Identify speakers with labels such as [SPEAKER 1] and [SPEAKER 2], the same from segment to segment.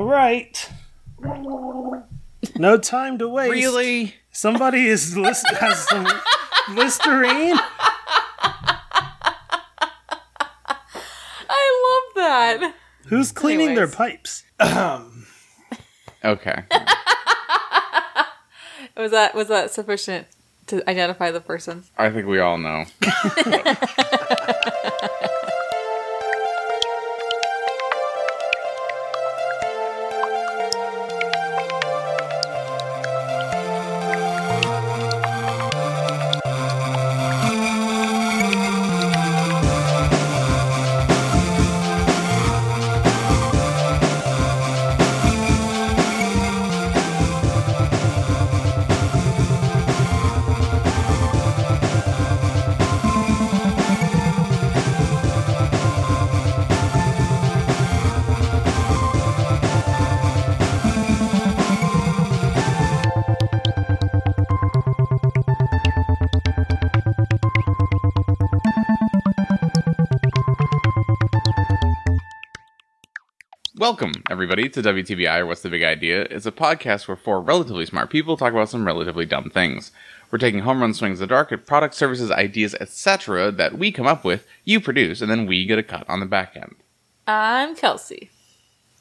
[SPEAKER 1] right. No time to waste.
[SPEAKER 2] Really?
[SPEAKER 1] Somebody is list- has some Listerine.
[SPEAKER 3] I love that.
[SPEAKER 1] Who's cleaning their
[SPEAKER 3] Anyways.
[SPEAKER 1] pipes?
[SPEAKER 2] Okay.
[SPEAKER 3] Was that was that sufficient to identify the person?
[SPEAKER 2] I think we all know. Welcome, everybody, to WTBI or What's the Big Idea? It's a podcast where four relatively smart people talk about some relatively dumb things. We're taking home run swings in the dark at products, services, ideas, etc. that we come up with, you produce, and then we get a cut on the back end.
[SPEAKER 3] I'm Kelsey.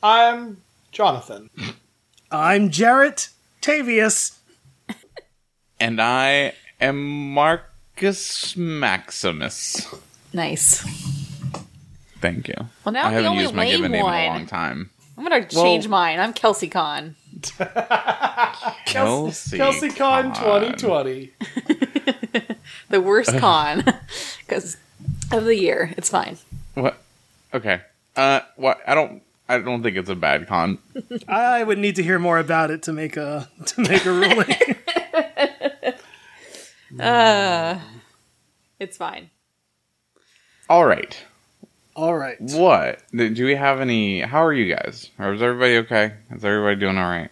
[SPEAKER 4] I'm Jonathan.
[SPEAKER 1] I'm Jarrett Tavius.
[SPEAKER 2] And I am Marcus Maximus.
[SPEAKER 3] Nice.
[SPEAKER 2] Thank you.
[SPEAKER 3] Well, now
[SPEAKER 2] I
[SPEAKER 3] the
[SPEAKER 2] haven't
[SPEAKER 3] only
[SPEAKER 2] used my
[SPEAKER 3] lame
[SPEAKER 2] given name in a
[SPEAKER 3] one.
[SPEAKER 2] long time.
[SPEAKER 3] I'm gonna change mine. I'm Kelsey Con.
[SPEAKER 2] Kelsey,
[SPEAKER 4] KelseyCon 2020.
[SPEAKER 3] The worst con because of the year. It's fine.
[SPEAKER 2] What? Okay. Uh, what? I don't. I don't think it's a bad con.
[SPEAKER 1] I would need to hear more about it to make a to make a ruling.
[SPEAKER 3] It's fine.
[SPEAKER 2] All right.
[SPEAKER 1] All right.
[SPEAKER 2] What? Th- Do we have any? How are you guys? Or is everybody okay? Is everybody doing all right?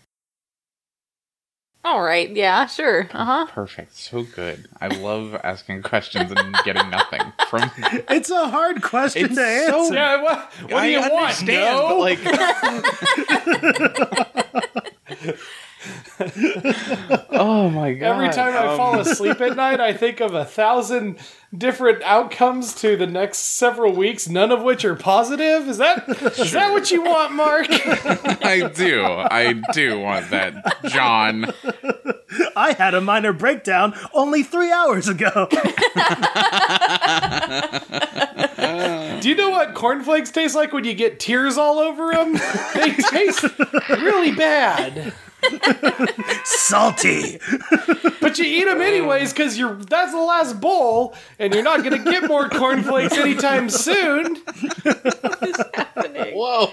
[SPEAKER 3] All right. Yeah. Sure. Uh huh.
[SPEAKER 2] Perfect. So good. I love asking questions and getting nothing from.
[SPEAKER 1] It's a hard question
[SPEAKER 2] It's
[SPEAKER 1] to
[SPEAKER 2] so-
[SPEAKER 1] answer.
[SPEAKER 4] Yeah, what, what do
[SPEAKER 2] I
[SPEAKER 4] you want?
[SPEAKER 2] understand,
[SPEAKER 4] No?
[SPEAKER 2] but, like. oh my god!
[SPEAKER 4] Every time I
[SPEAKER 2] Um,
[SPEAKER 4] fall asleep at night, I think of a thousand different outcomes to the next several weeks, none of which are positive. Is that is that what you want, Mark?
[SPEAKER 2] I do. I do want that, John.
[SPEAKER 1] I had a minor breakdown only three hours ago.
[SPEAKER 4] do you know what cornflakes taste like when you get tears all over them? They taste really bad.
[SPEAKER 1] Salty.
[SPEAKER 4] But you eat them anyways because you're that's the last bowl, and you're not gonna get more cornflakes anytime soon.
[SPEAKER 2] Whoa.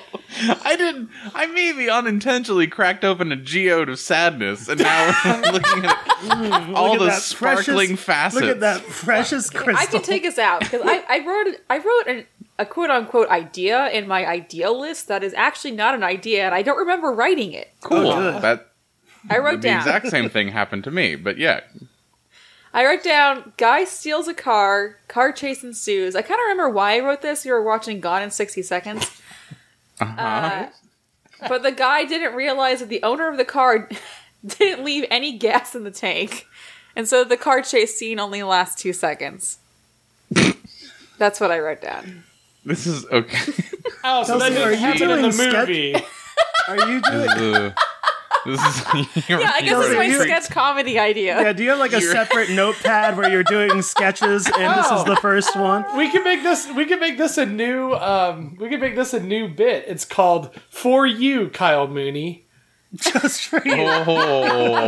[SPEAKER 2] I didn't. I maybe unintentionally cracked open a geode of sadness, and now I'm looking at all
[SPEAKER 1] Mm, Look at
[SPEAKER 2] the
[SPEAKER 1] that precious-
[SPEAKER 2] sparkling facets.
[SPEAKER 1] Look at that Oh, precious crystal.
[SPEAKER 3] I can take us out because I, I wrote I wrote an, a quote unquote idea in my idea list that is actually not an idea, and I don't remember writing it.
[SPEAKER 2] Cool.
[SPEAKER 1] Oh, good.
[SPEAKER 2] that
[SPEAKER 3] I
[SPEAKER 2] the
[SPEAKER 3] wrote down.
[SPEAKER 2] exact same thing happened to me, but yeah.
[SPEAKER 3] I wrote down guy steals a car, car chase ensues. I kind of remember why I wrote this. We were watching Gone in 60 Seconds. Uh, but the guy didn't realize that the owner of the car didn't leave any gas in the tank. And so the car chase scene only lasts two seconds. That's what I wrote down.
[SPEAKER 2] This is okay.
[SPEAKER 4] Oh, so that
[SPEAKER 1] Kelsey, are
[SPEAKER 4] didn't
[SPEAKER 1] you
[SPEAKER 4] happen in the
[SPEAKER 1] doing sketch-
[SPEAKER 4] movie.
[SPEAKER 1] Are you doing?
[SPEAKER 2] Ugh. this is.
[SPEAKER 3] Yeah, I guess it's my
[SPEAKER 1] You-
[SPEAKER 3] sketch comedy idea.
[SPEAKER 1] Yeah, do you have like a
[SPEAKER 2] You're-
[SPEAKER 1] separate notepad where you're doing sketches and this is
[SPEAKER 4] Oh.
[SPEAKER 1] the first one?
[SPEAKER 4] We can make this. We can make this a new. Um, we can make this a new bit. It's called "For You, Kyle Mooney."
[SPEAKER 1] Just for you.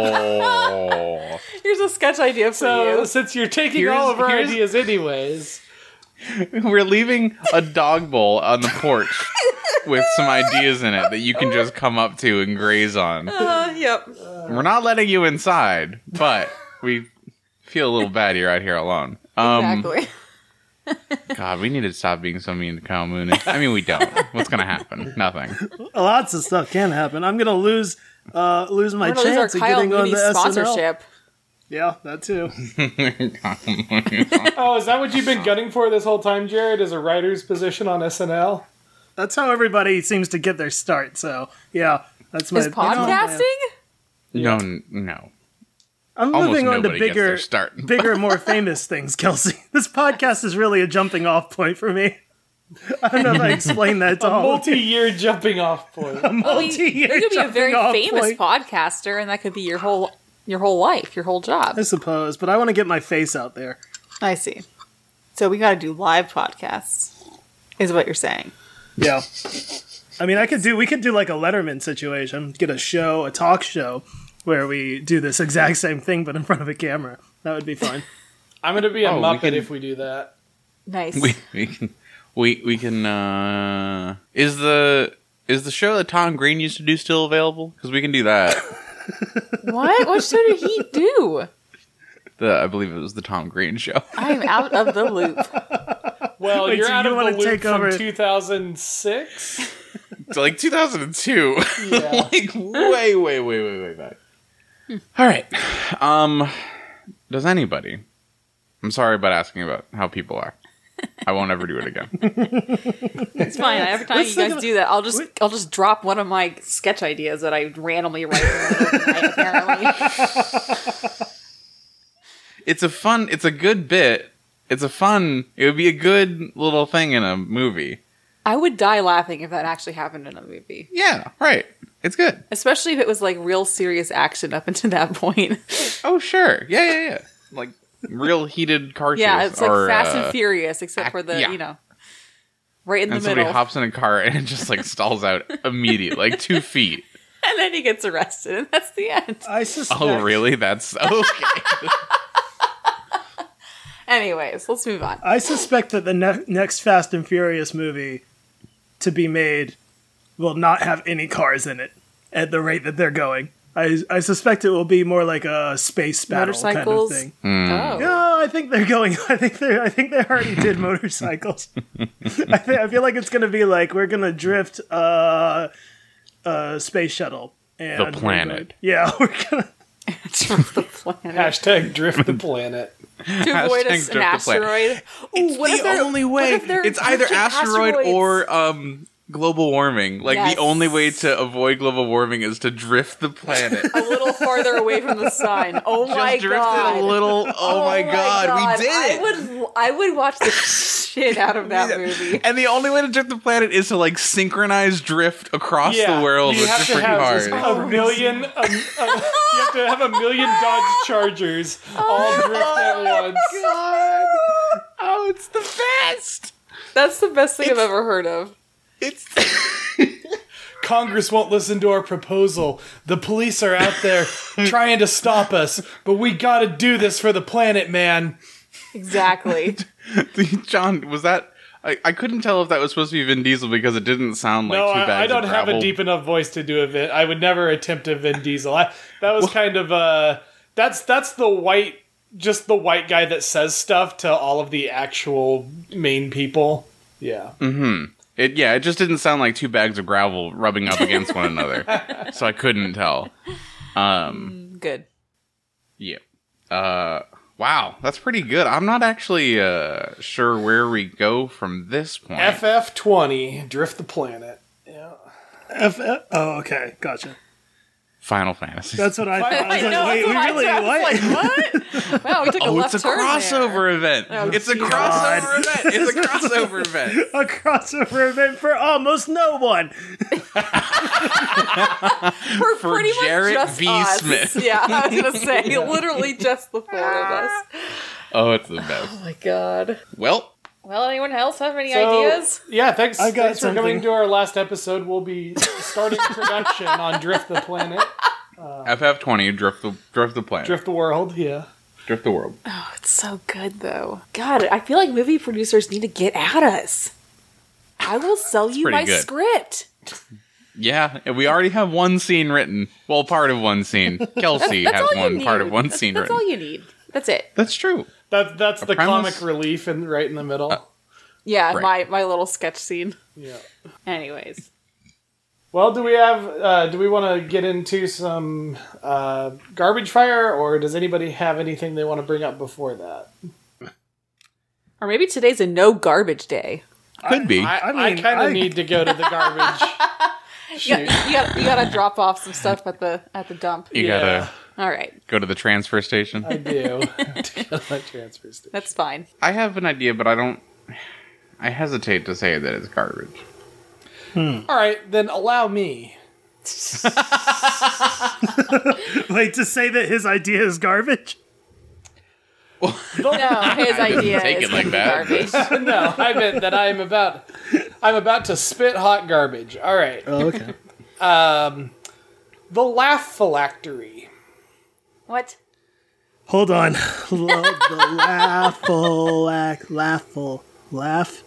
[SPEAKER 2] Oh.
[SPEAKER 3] Here's a sketch idea for
[SPEAKER 4] So
[SPEAKER 3] you.
[SPEAKER 4] Uh, since you're taking
[SPEAKER 2] Here's-
[SPEAKER 4] all of our
[SPEAKER 2] here's-
[SPEAKER 4] ideas, anyways,
[SPEAKER 2] We're leaving a dog bowl on the porch with some ideas in it that you can just come up to and graze on.
[SPEAKER 3] Uh, yep.
[SPEAKER 2] We're not letting you inside, but we feel a little bad you're out here alone. Um,
[SPEAKER 3] Exactly.
[SPEAKER 2] God, we need to stop being so mean to Kyle Mooney. I mean, we don't. What's going to happen? Nothing.
[SPEAKER 1] Lots of stuff can happen. I'm gonna lose uh lose my
[SPEAKER 3] We're gonna
[SPEAKER 1] chance
[SPEAKER 3] lose our
[SPEAKER 1] of
[SPEAKER 3] Kyle
[SPEAKER 1] getting on
[SPEAKER 3] Mooney
[SPEAKER 1] the SNL.
[SPEAKER 3] sponsorship.
[SPEAKER 1] Yeah, that too.
[SPEAKER 4] oh, is that what you've been gunning for this whole time, Jared? Is a writer's position on SNL?
[SPEAKER 1] That's how everybody seems to get their start. So yeah, That's my
[SPEAKER 3] Is podcasting?
[SPEAKER 2] No, n- no.
[SPEAKER 1] I'm
[SPEAKER 2] Almost
[SPEAKER 1] moving on to
[SPEAKER 2] nobody gets their
[SPEAKER 1] bigger,
[SPEAKER 2] start.
[SPEAKER 1] bigger, more famous things, Kelsey. This podcast is really a jumping off point for me. I don't know if I explained that to all. of you.
[SPEAKER 4] Multi-year jumping off point.
[SPEAKER 3] Well, you, you
[SPEAKER 1] Multi-year
[SPEAKER 3] could be a very
[SPEAKER 1] jumping off
[SPEAKER 3] famous
[SPEAKER 1] point.
[SPEAKER 3] podcaster, and that could be your whole your whole life, your whole job.
[SPEAKER 1] I suppose, but I want to get my face out there.
[SPEAKER 5] I see. So we got to do live podcasts, is what you're saying.
[SPEAKER 1] Yeah. I mean, I could do. We could do like a Letterman situation. Get a show, a talk show, where we do this exact same thing but in front of a camera. That would be fun.
[SPEAKER 4] I'm gonna be a
[SPEAKER 2] Oh, we
[SPEAKER 4] muppet
[SPEAKER 2] can-
[SPEAKER 4] if we do that.
[SPEAKER 3] Nice.
[SPEAKER 2] We we can we we can uh is the is the show that Tom Green used to do still available? Because we can do that.
[SPEAKER 3] what? What show did he do?
[SPEAKER 2] The I believe it was the Tom Green show.
[SPEAKER 5] I'm out of the loop.
[SPEAKER 4] Well,
[SPEAKER 1] Wait,
[SPEAKER 4] you're
[SPEAKER 1] so
[SPEAKER 4] out
[SPEAKER 1] you
[SPEAKER 4] of the
[SPEAKER 1] wanna
[SPEAKER 4] loop
[SPEAKER 1] take
[SPEAKER 4] from
[SPEAKER 1] over-
[SPEAKER 4] 2006.
[SPEAKER 2] It's like 2002,
[SPEAKER 4] Yeah.
[SPEAKER 2] like way way way way way back.
[SPEAKER 3] Hmm.
[SPEAKER 2] All right. Um, does anybody? I'm sorry about asking about how people are. I won't ever do it again.
[SPEAKER 3] It's fine. Every time
[SPEAKER 1] Let's
[SPEAKER 3] you
[SPEAKER 1] think
[SPEAKER 3] guys
[SPEAKER 1] of-
[SPEAKER 3] do that, I'll just
[SPEAKER 1] Wait.
[SPEAKER 3] I'll just drop one of my sketch ideas that I randomly write. overnight, apparently.
[SPEAKER 2] It's a fun. It's a good bit. It's a fun. It would be a good little thing in a movie.
[SPEAKER 3] I would die laughing if that actually happened in a movie,
[SPEAKER 2] Yeah. Right. It's good.
[SPEAKER 3] especially if it was like real serious action up until that point.
[SPEAKER 2] Oh sure, yeah, yeah, yeah. Like real heated car
[SPEAKER 3] yeah,
[SPEAKER 2] chases
[SPEAKER 3] it's like
[SPEAKER 2] are,
[SPEAKER 3] Fast and
[SPEAKER 2] uh,
[SPEAKER 3] Furious, except for the
[SPEAKER 2] yeah.
[SPEAKER 3] you know, right in
[SPEAKER 2] And
[SPEAKER 3] the
[SPEAKER 2] somebody
[SPEAKER 3] middle,
[SPEAKER 2] hops in a car and it just like stalls out immediate, like two feet.
[SPEAKER 3] and then he gets arrested, and that's the end.
[SPEAKER 1] I suspect.
[SPEAKER 2] Oh really? That's okay.
[SPEAKER 3] Anyways, let's move on.
[SPEAKER 1] I suspect that the ne- next Fast and Furious movie to be made will not have any cars in it at the rate that they're going. I, I suspect it will be more like a space battle
[SPEAKER 3] Motorcycles.
[SPEAKER 1] kind of thing.
[SPEAKER 2] Mm.
[SPEAKER 3] Oh,
[SPEAKER 1] No, I think they're going. I think they. I think they already did motorcycles. I, thi- I feel like it's going to be like we're going to drift uh, uh, space shuttle and
[SPEAKER 2] The
[SPEAKER 1] we're
[SPEAKER 2] planet.
[SPEAKER 1] gonna- yeah, we're gonna.
[SPEAKER 3] drift the planet
[SPEAKER 4] Hashtag drift the planet.
[SPEAKER 3] to avoid
[SPEAKER 2] Hashtag
[SPEAKER 3] a, an
[SPEAKER 2] drift the
[SPEAKER 3] asteroid.
[SPEAKER 2] planet.
[SPEAKER 3] Ooh, what if
[SPEAKER 2] the
[SPEAKER 3] they're-
[SPEAKER 2] only
[SPEAKER 3] what
[SPEAKER 2] way.
[SPEAKER 3] if they're
[SPEAKER 2] It's either
[SPEAKER 3] drifting
[SPEAKER 2] asteroid
[SPEAKER 3] asteroids?
[SPEAKER 2] or um global warming. Like
[SPEAKER 3] Yes.
[SPEAKER 2] the only way to avoid global warming is to drift the planet.
[SPEAKER 3] a little farther away from the sun. Oh my
[SPEAKER 2] just drift
[SPEAKER 3] god!
[SPEAKER 2] it a little. Oh, my, god, we did it.
[SPEAKER 3] I would, I would watch the shit out of that movie.
[SPEAKER 2] And the only way to drift the planet is to like synchronize drift across
[SPEAKER 4] Yeah,
[SPEAKER 2] the world
[SPEAKER 4] you
[SPEAKER 2] with
[SPEAKER 4] have to
[SPEAKER 2] different
[SPEAKER 4] have
[SPEAKER 2] cars.
[SPEAKER 4] a million. um, um, you have to have a million Dodge Chargers all drift at once.
[SPEAKER 2] Oh, it's the best!
[SPEAKER 3] That's the best thing I've ever heard of.
[SPEAKER 2] It's
[SPEAKER 4] Congress won't listen to our proposal. The police are out there trying to stop us, but we gotta do this for the planet, man.
[SPEAKER 3] Exactly.
[SPEAKER 2] John. Was that? I, I couldn't tell if that was supposed to be Vin Diesel because it didn't sound like
[SPEAKER 4] No,
[SPEAKER 2] two bags
[SPEAKER 4] I, I
[SPEAKER 2] of
[SPEAKER 4] don't have a
[SPEAKER 2] gravel.
[SPEAKER 4] deep enough voice to do a Vin. I would never attempt a Vin Diesel. I, that was kind of uh that's that's the white just the white guy that says stuff to all of the actual main people. Yeah.
[SPEAKER 2] It, yeah, it just didn't sound like two bags of gravel rubbing up against one another, so I couldn't tell.
[SPEAKER 3] Good.
[SPEAKER 2] Yeah. Uh, wow, that's pretty good. I'm not actually uh, sure where we go from this point.
[SPEAKER 4] FF twenty, drift the planet.
[SPEAKER 1] F- oh, okay, gotcha.
[SPEAKER 2] Final Fantasy.
[SPEAKER 1] That's what I thought. I was like,
[SPEAKER 3] know,
[SPEAKER 1] wait, we
[SPEAKER 3] that's
[SPEAKER 1] really
[SPEAKER 3] what I was
[SPEAKER 1] what?
[SPEAKER 3] Like, what? Wow, we took a
[SPEAKER 2] Oh,
[SPEAKER 3] left
[SPEAKER 2] it's a
[SPEAKER 3] turn there. Oh,
[SPEAKER 2] crossover event. it's a crossover event. It's a crossover event.
[SPEAKER 1] a crossover event for almost no one.
[SPEAKER 3] We're
[SPEAKER 2] for
[SPEAKER 3] pretty
[SPEAKER 2] Jarrett
[SPEAKER 3] much just
[SPEAKER 2] V.
[SPEAKER 3] us.
[SPEAKER 2] Smith.
[SPEAKER 3] Yeah, I was gonna say literally just the four of us.
[SPEAKER 2] Oh, it's the best.
[SPEAKER 3] Oh my god.
[SPEAKER 2] Well,
[SPEAKER 3] Well, anyone else have any
[SPEAKER 4] So,
[SPEAKER 3] ideas?
[SPEAKER 4] Yeah, thanks,
[SPEAKER 1] I got
[SPEAKER 4] thanks for
[SPEAKER 1] something.
[SPEAKER 4] coming to our last episode. We'll be starting production on Drift the Planet.
[SPEAKER 2] FF20 drift the drift the planet.
[SPEAKER 4] Drift
[SPEAKER 2] Drift,
[SPEAKER 4] the World, yeah.
[SPEAKER 2] the world.
[SPEAKER 3] Oh, It's so good though. God, I feel like movie producers need to get at us. I will sell you
[SPEAKER 2] pretty
[SPEAKER 3] my
[SPEAKER 2] good.
[SPEAKER 3] script.
[SPEAKER 2] Yeah, and we already have one scene written. Well, part of one scene. Kelsey
[SPEAKER 3] That's
[SPEAKER 2] has
[SPEAKER 3] all you
[SPEAKER 2] one
[SPEAKER 3] need.
[SPEAKER 2] part of one
[SPEAKER 3] That's-
[SPEAKER 2] scene
[SPEAKER 3] That's
[SPEAKER 2] written.
[SPEAKER 3] all you need. That's it.
[SPEAKER 2] That's true.
[SPEAKER 4] That, that's the
[SPEAKER 2] premise-
[SPEAKER 4] comic relief in, right in the middle.
[SPEAKER 3] Yeah,
[SPEAKER 2] Right.
[SPEAKER 3] my my little sketch scene.
[SPEAKER 4] yeah.
[SPEAKER 3] Anyways,
[SPEAKER 4] Well, do we have? Uh, do we want to get into some uh, garbage fire, or does anybody have anything they want to bring up before that?
[SPEAKER 3] or maybe today's a no garbage day.
[SPEAKER 2] Could be.
[SPEAKER 4] I, I,
[SPEAKER 1] I mean,
[SPEAKER 4] kind
[SPEAKER 1] I-
[SPEAKER 4] of need to go to the garbage.
[SPEAKER 3] You, got, you, got, you gotta drop off some stuff at the at the dump.
[SPEAKER 2] You
[SPEAKER 4] Yeah.
[SPEAKER 2] gotta
[SPEAKER 3] All right,
[SPEAKER 2] go to the transfer station.
[SPEAKER 4] I do. transfer station.
[SPEAKER 3] that's fine.
[SPEAKER 2] I have an idea, but I don't. I hesitate to say that it's garbage.
[SPEAKER 4] All right, then allow me.
[SPEAKER 1] Like to say that his idea is garbage.
[SPEAKER 3] No, his
[SPEAKER 2] I didn't
[SPEAKER 3] idea
[SPEAKER 2] take
[SPEAKER 3] is
[SPEAKER 2] it like
[SPEAKER 3] gonna be garbage.
[SPEAKER 4] no, I meant that I am about I'm about to spit hot garbage. All right.
[SPEAKER 1] Oh, okay.
[SPEAKER 4] The laugh phylactery.
[SPEAKER 3] What?
[SPEAKER 1] Hold on. Love the laughful, laugh, laughful, laugh.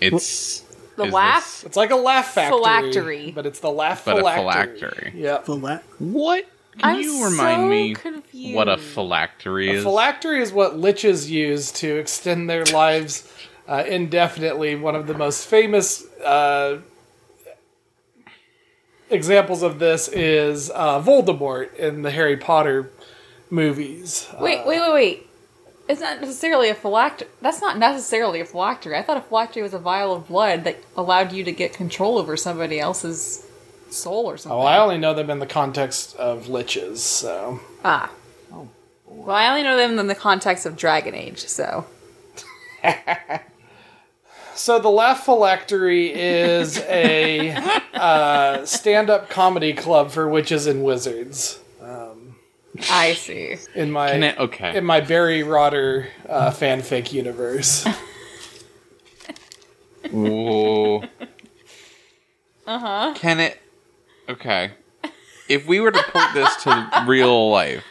[SPEAKER 2] It's
[SPEAKER 3] The
[SPEAKER 2] is
[SPEAKER 3] laugh?
[SPEAKER 2] this-
[SPEAKER 4] It's like a laugh factory,
[SPEAKER 3] Phylactery.
[SPEAKER 4] but it's the laugh
[SPEAKER 2] but a
[SPEAKER 4] phylactery.
[SPEAKER 2] phylactery.
[SPEAKER 4] Yeah.
[SPEAKER 1] The la-
[SPEAKER 2] What? Can
[SPEAKER 3] I'm
[SPEAKER 2] you remind
[SPEAKER 3] so
[SPEAKER 2] me
[SPEAKER 3] confused.
[SPEAKER 2] what a phylactery
[SPEAKER 4] A
[SPEAKER 2] is?
[SPEAKER 4] phylactery is what liches use to extend their lives uh, indefinitely. One of the most famous uh, examples of this is uh, Voldemort in the Harry Potter movies.
[SPEAKER 3] Wait, wait, wait, wait. It's not necessarily a phylactery. That's not necessarily a phylactery. I thought a phylactery was a vial of blood that allowed you to get control over somebody else's soul or something.
[SPEAKER 4] Well, I only know them in the context of liches, so.
[SPEAKER 3] ah. Well, I only know them in the context of Dragon Age, so.
[SPEAKER 4] So the Laugh Phylactery is a uh, stand-up comedy club for witches and wizards.
[SPEAKER 3] I see.
[SPEAKER 4] In my
[SPEAKER 2] Can it- okay.
[SPEAKER 4] in my Barry Rotter uh, fanfic universe,
[SPEAKER 2] Ooh. Uh huh. Can it? Okay. If we were to put this to real life,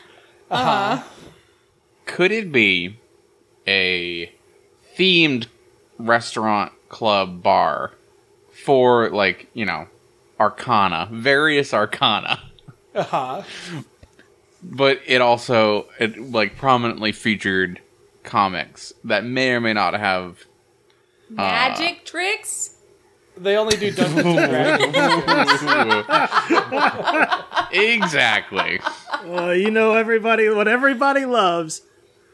[SPEAKER 2] uh huh. Could it be a themed restaurant, club, bar for like you know arcana, various arcana?
[SPEAKER 4] uh-huh.
[SPEAKER 2] but it also it like prominently featured comics that may or may not have Ah.
[SPEAKER 3] Magic tricks?
[SPEAKER 4] they only do Dungeons and Dragons.
[SPEAKER 2] exactly
[SPEAKER 1] Well, Uh, you know everybody what everybody loves.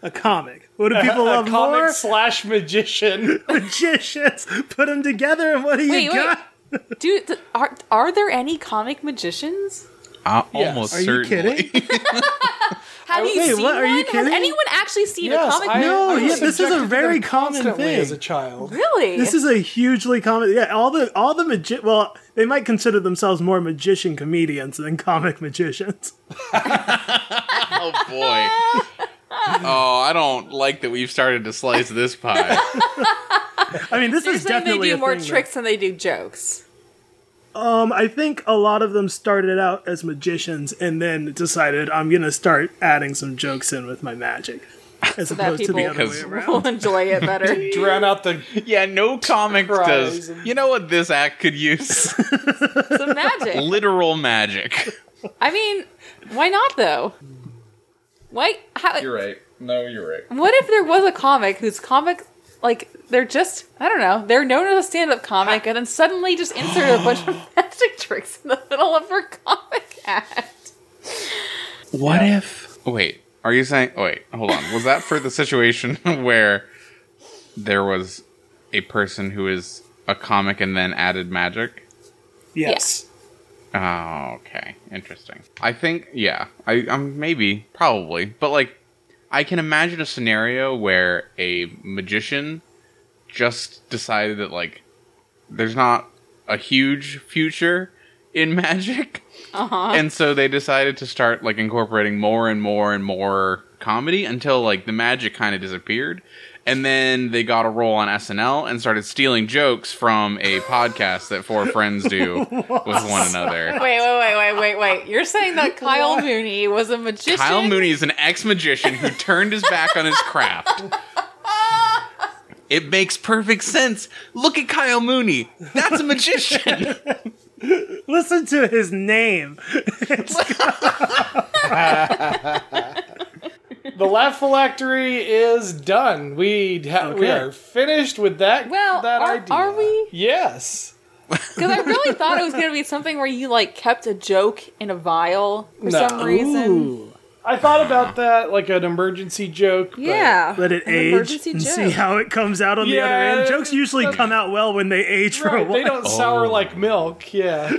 [SPEAKER 1] A comic. What do people love
[SPEAKER 4] comic
[SPEAKER 1] more?
[SPEAKER 4] slash magician.
[SPEAKER 1] Magicians. Put them together, and what do you
[SPEAKER 3] Wait, wait.
[SPEAKER 1] got?
[SPEAKER 3] Do th- are are there any comic magicians?
[SPEAKER 2] Uh,
[SPEAKER 4] Yes.
[SPEAKER 2] almost
[SPEAKER 1] Are you
[SPEAKER 2] certainly.
[SPEAKER 1] kidding?
[SPEAKER 3] Have you
[SPEAKER 1] Wait,
[SPEAKER 3] seen
[SPEAKER 1] what?
[SPEAKER 3] one?
[SPEAKER 1] Are you
[SPEAKER 3] Has
[SPEAKER 1] kidding?
[SPEAKER 3] anyone actually seen a
[SPEAKER 4] yes,
[SPEAKER 3] comic?
[SPEAKER 4] I,
[SPEAKER 1] No,
[SPEAKER 4] I was
[SPEAKER 1] Oh, yeah, this is a
[SPEAKER 4] subjected to
[SPEAKER 1] very
[SPEAKER 4] them
[SPEAKER 1] common
[SPEAKER 4] constantly
[SPEAKER 1] thing.
[SPEAKER 4] as a child.
[SPEAKER 3] really?
[SPEAKER 1] This is a hugely common. Yeah, all the all the magi- Well, they might consider themselves more magician comedians than comic magicians.
[SPEAKER 2] Oh boy. Oh, I don't like that we've started to slice this pie.
[SPEAKER 1] I mean, this
[SPEAKER 3] You're
[SPEAKER 1] is
[SPEAKER 3] saying they
[SPEAKER 1] definitely
[SPEAKER 3] do
[SPEAKER 1] a
[SPEAKER 3] more
[SPEAKER 1] thing, though.
[SPEAKER 3] tricks than they do jokes.
[SPEAKER 1] Um, I think a lot of them started out as magicians and then decided I'm gonna start adding some jokes in with my magic, as
[SPEAKER 3] That
[SPEAKER 1] opposed to
[SPEAKER 3] people
[SPEAKER 1] the other way
[SPEAKER 2] Because-
[SPEAKER 1] around.
[SPEAKER 3] will enjoy it better.
[SPEAKER 4] Drown out the
[SPEAKER 2] Yeah, no comic
[SPEAKER 4] Cries
[SPEAKER 2] does.
[SPEAKER 4] and-
[SPEAKER 2] You know what this act could use?
[SPEAKER 3] Some magic.
[SPEAKER 2] Literal magic.
[SPEAKER 3] I mean, why not though? Why? How,
[SPEAKER 2] right. No, you're right.
[SPEAKER 3] what if there was a comic whose comic, like, they're just I don't know, they're known as a stand-up comic, and then suddenly just insert a bunch of magic tricks in the middle of her comic act?
[SPEAKER 2] What if? Wait, are you saying? oh, Wait, hold on. Was that for the situation where there was a person who is a comic and then added magic?
[SPEAKER 1] Yes.
[SPEAKER 2] Oh, okay, interesting. I think, yeah, I um, maybe, probably, but like, I can imagine a scenario where a magician just decided that like, there's not a huge future in magic, uh-huh. and so they decided to start like incorporating more and more and more comedy until like the magic kind of disappeared. And then they got a role on SNL and started stealing jokes from a podcast that four friends do with one another.
[SPEAKER 3] Wait, wait, wait, wait, wait, wait! You're saying that Kyle Mooney was a magician?
[SPEAKER 2] Kyle Mooney is an ex magician who turned his back on his craft. It makes perfect sense. Look at Kyle Mooney. That's a magician.
[SPEAKER 1] Listen to his name.
[SPEAKER 4] The laugh phylactery is done. We ha- we
[SPEAKER 1] Okay.
[SPEAKER 4] are finished with that.
[SPEAKER 3] Well,
[SPEAKER 4] that
[SPEAKER 3] are-
[SPEAKER 4] idea.
[SPEAKER 3] are we?
[SPEAKER 4] Yes.
[SPEAKER 3] Because I really thought it was going to be something where you like kept a joke in a vial for
[SPEAKER 4] No.
[SPEAKER 3] some reason.
[SPEAKER 1] Ooh.
[SPEAKER 4] I thought about that like an emergency joke. but-
[SPEAKER 3] Yeah.
[SPEAKER 1] Let it
[SPEAKER 3] An
[SPEAKER 1] age
[SPEAKER 3] emergency
[SPEAKER 1] and
[SPEAKER 3] joke.
[SPEAKER 1] see how it comes out on the other
[SPEAKER 4] Yeah,
[SPEAKER 1] end. Jokes usually
[SPEAKER 4] that's-
[SPEAKER 1] come out well when they age for a
[SPEAKER 4] Right,
[SPEAKER 1] while.
[SPEAKER 4] they don't sour
[SPEAKER 2] Oh.
[SPEAKER 4] like milk. Yeah.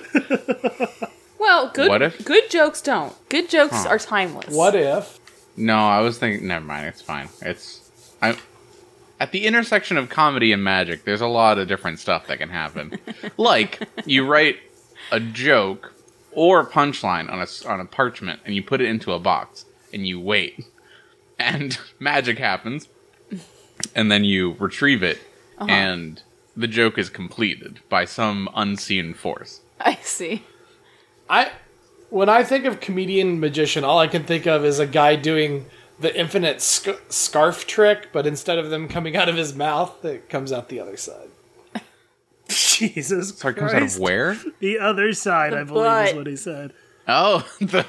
[SPEAKER 3] Well, good
[SPEAKER 2] What if-
[SPEAKER 3] good jokes don't. Good jokes
[SPEAKER 2] Huh.
[SPEAKER 3] are timeless.
[SPEAKER 4] What if?
[SPEAKER 2] No, I was thinking. Never mind. It's fine. It's I. At the intersection of comedy and magic, there's a lot of different stuff that can happen. like you write a joke or a punchline on a s- on a parchment, and you put it into a box, and you wait, and magic happens, and then you retrieve it, and the joke is completed by some unseen force.
[SPEAKER 5] I see.
[SPEAKER 4] I when I think of comedian magician, all I can think of is a guy doing the infinite sc- scarf trick, but instead of them coming out of his mouth, it comes out the other side.
[SPEAKER 1] Jesus
[SPEAKER 2] Sorry, it comes out
[SPEAKER 1] Christ.
[SPEAKER 2] of where?
[SPEAKER 1] The other side, I believe, is
[SPEAKER 3] butt.
[SPEAKER 1] what he said.
[SPEAKER 2] Oh, the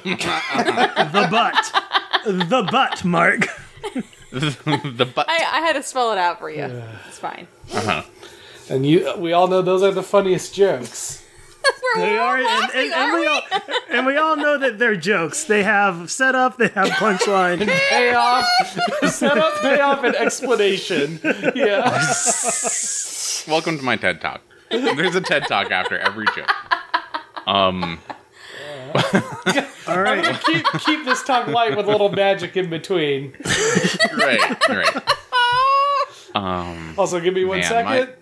[SPEAKER 1] The butt. the butt, Mark.
[SPEAKER 2] the butt. Uh-huh.
[SPEAKER 3] I, I had to spell it out for you. It's fine.
[SPEAKER 4] And you, we all know those are the funniest jokes.
[SPEAKER 3] We're
[SPEAKER 1] They
[SPEAKER 3] all
[SPEAKER 1] are, and,
[SPEAKER 3] laughing,
[SPEAKER 1] and, and
[SPEAKER 3] aren't
[SPEAKER 1] we
[SPEAKER 3] we?
[SPEAKER 1] all, and we all know that they're jokes. They have setup, they have punchline.
[SPEAKER 4] Payoff, setup, payoff, and explanation. Yeah.
[SPEAKER 2] Welcome to my TED Talk. There's a TED Talk after every joke. Um,
[SPEAKER 1] All right,
[SPEAKER 4] keep, keep this talk light with a little magic in between.
[SPEAKER 2] right, right. Um,
[SPEAKER 4] Also, give me one
[SPEAKER 2] Man,
[SPEAKER 4] second.
[SPEAKER 2] my-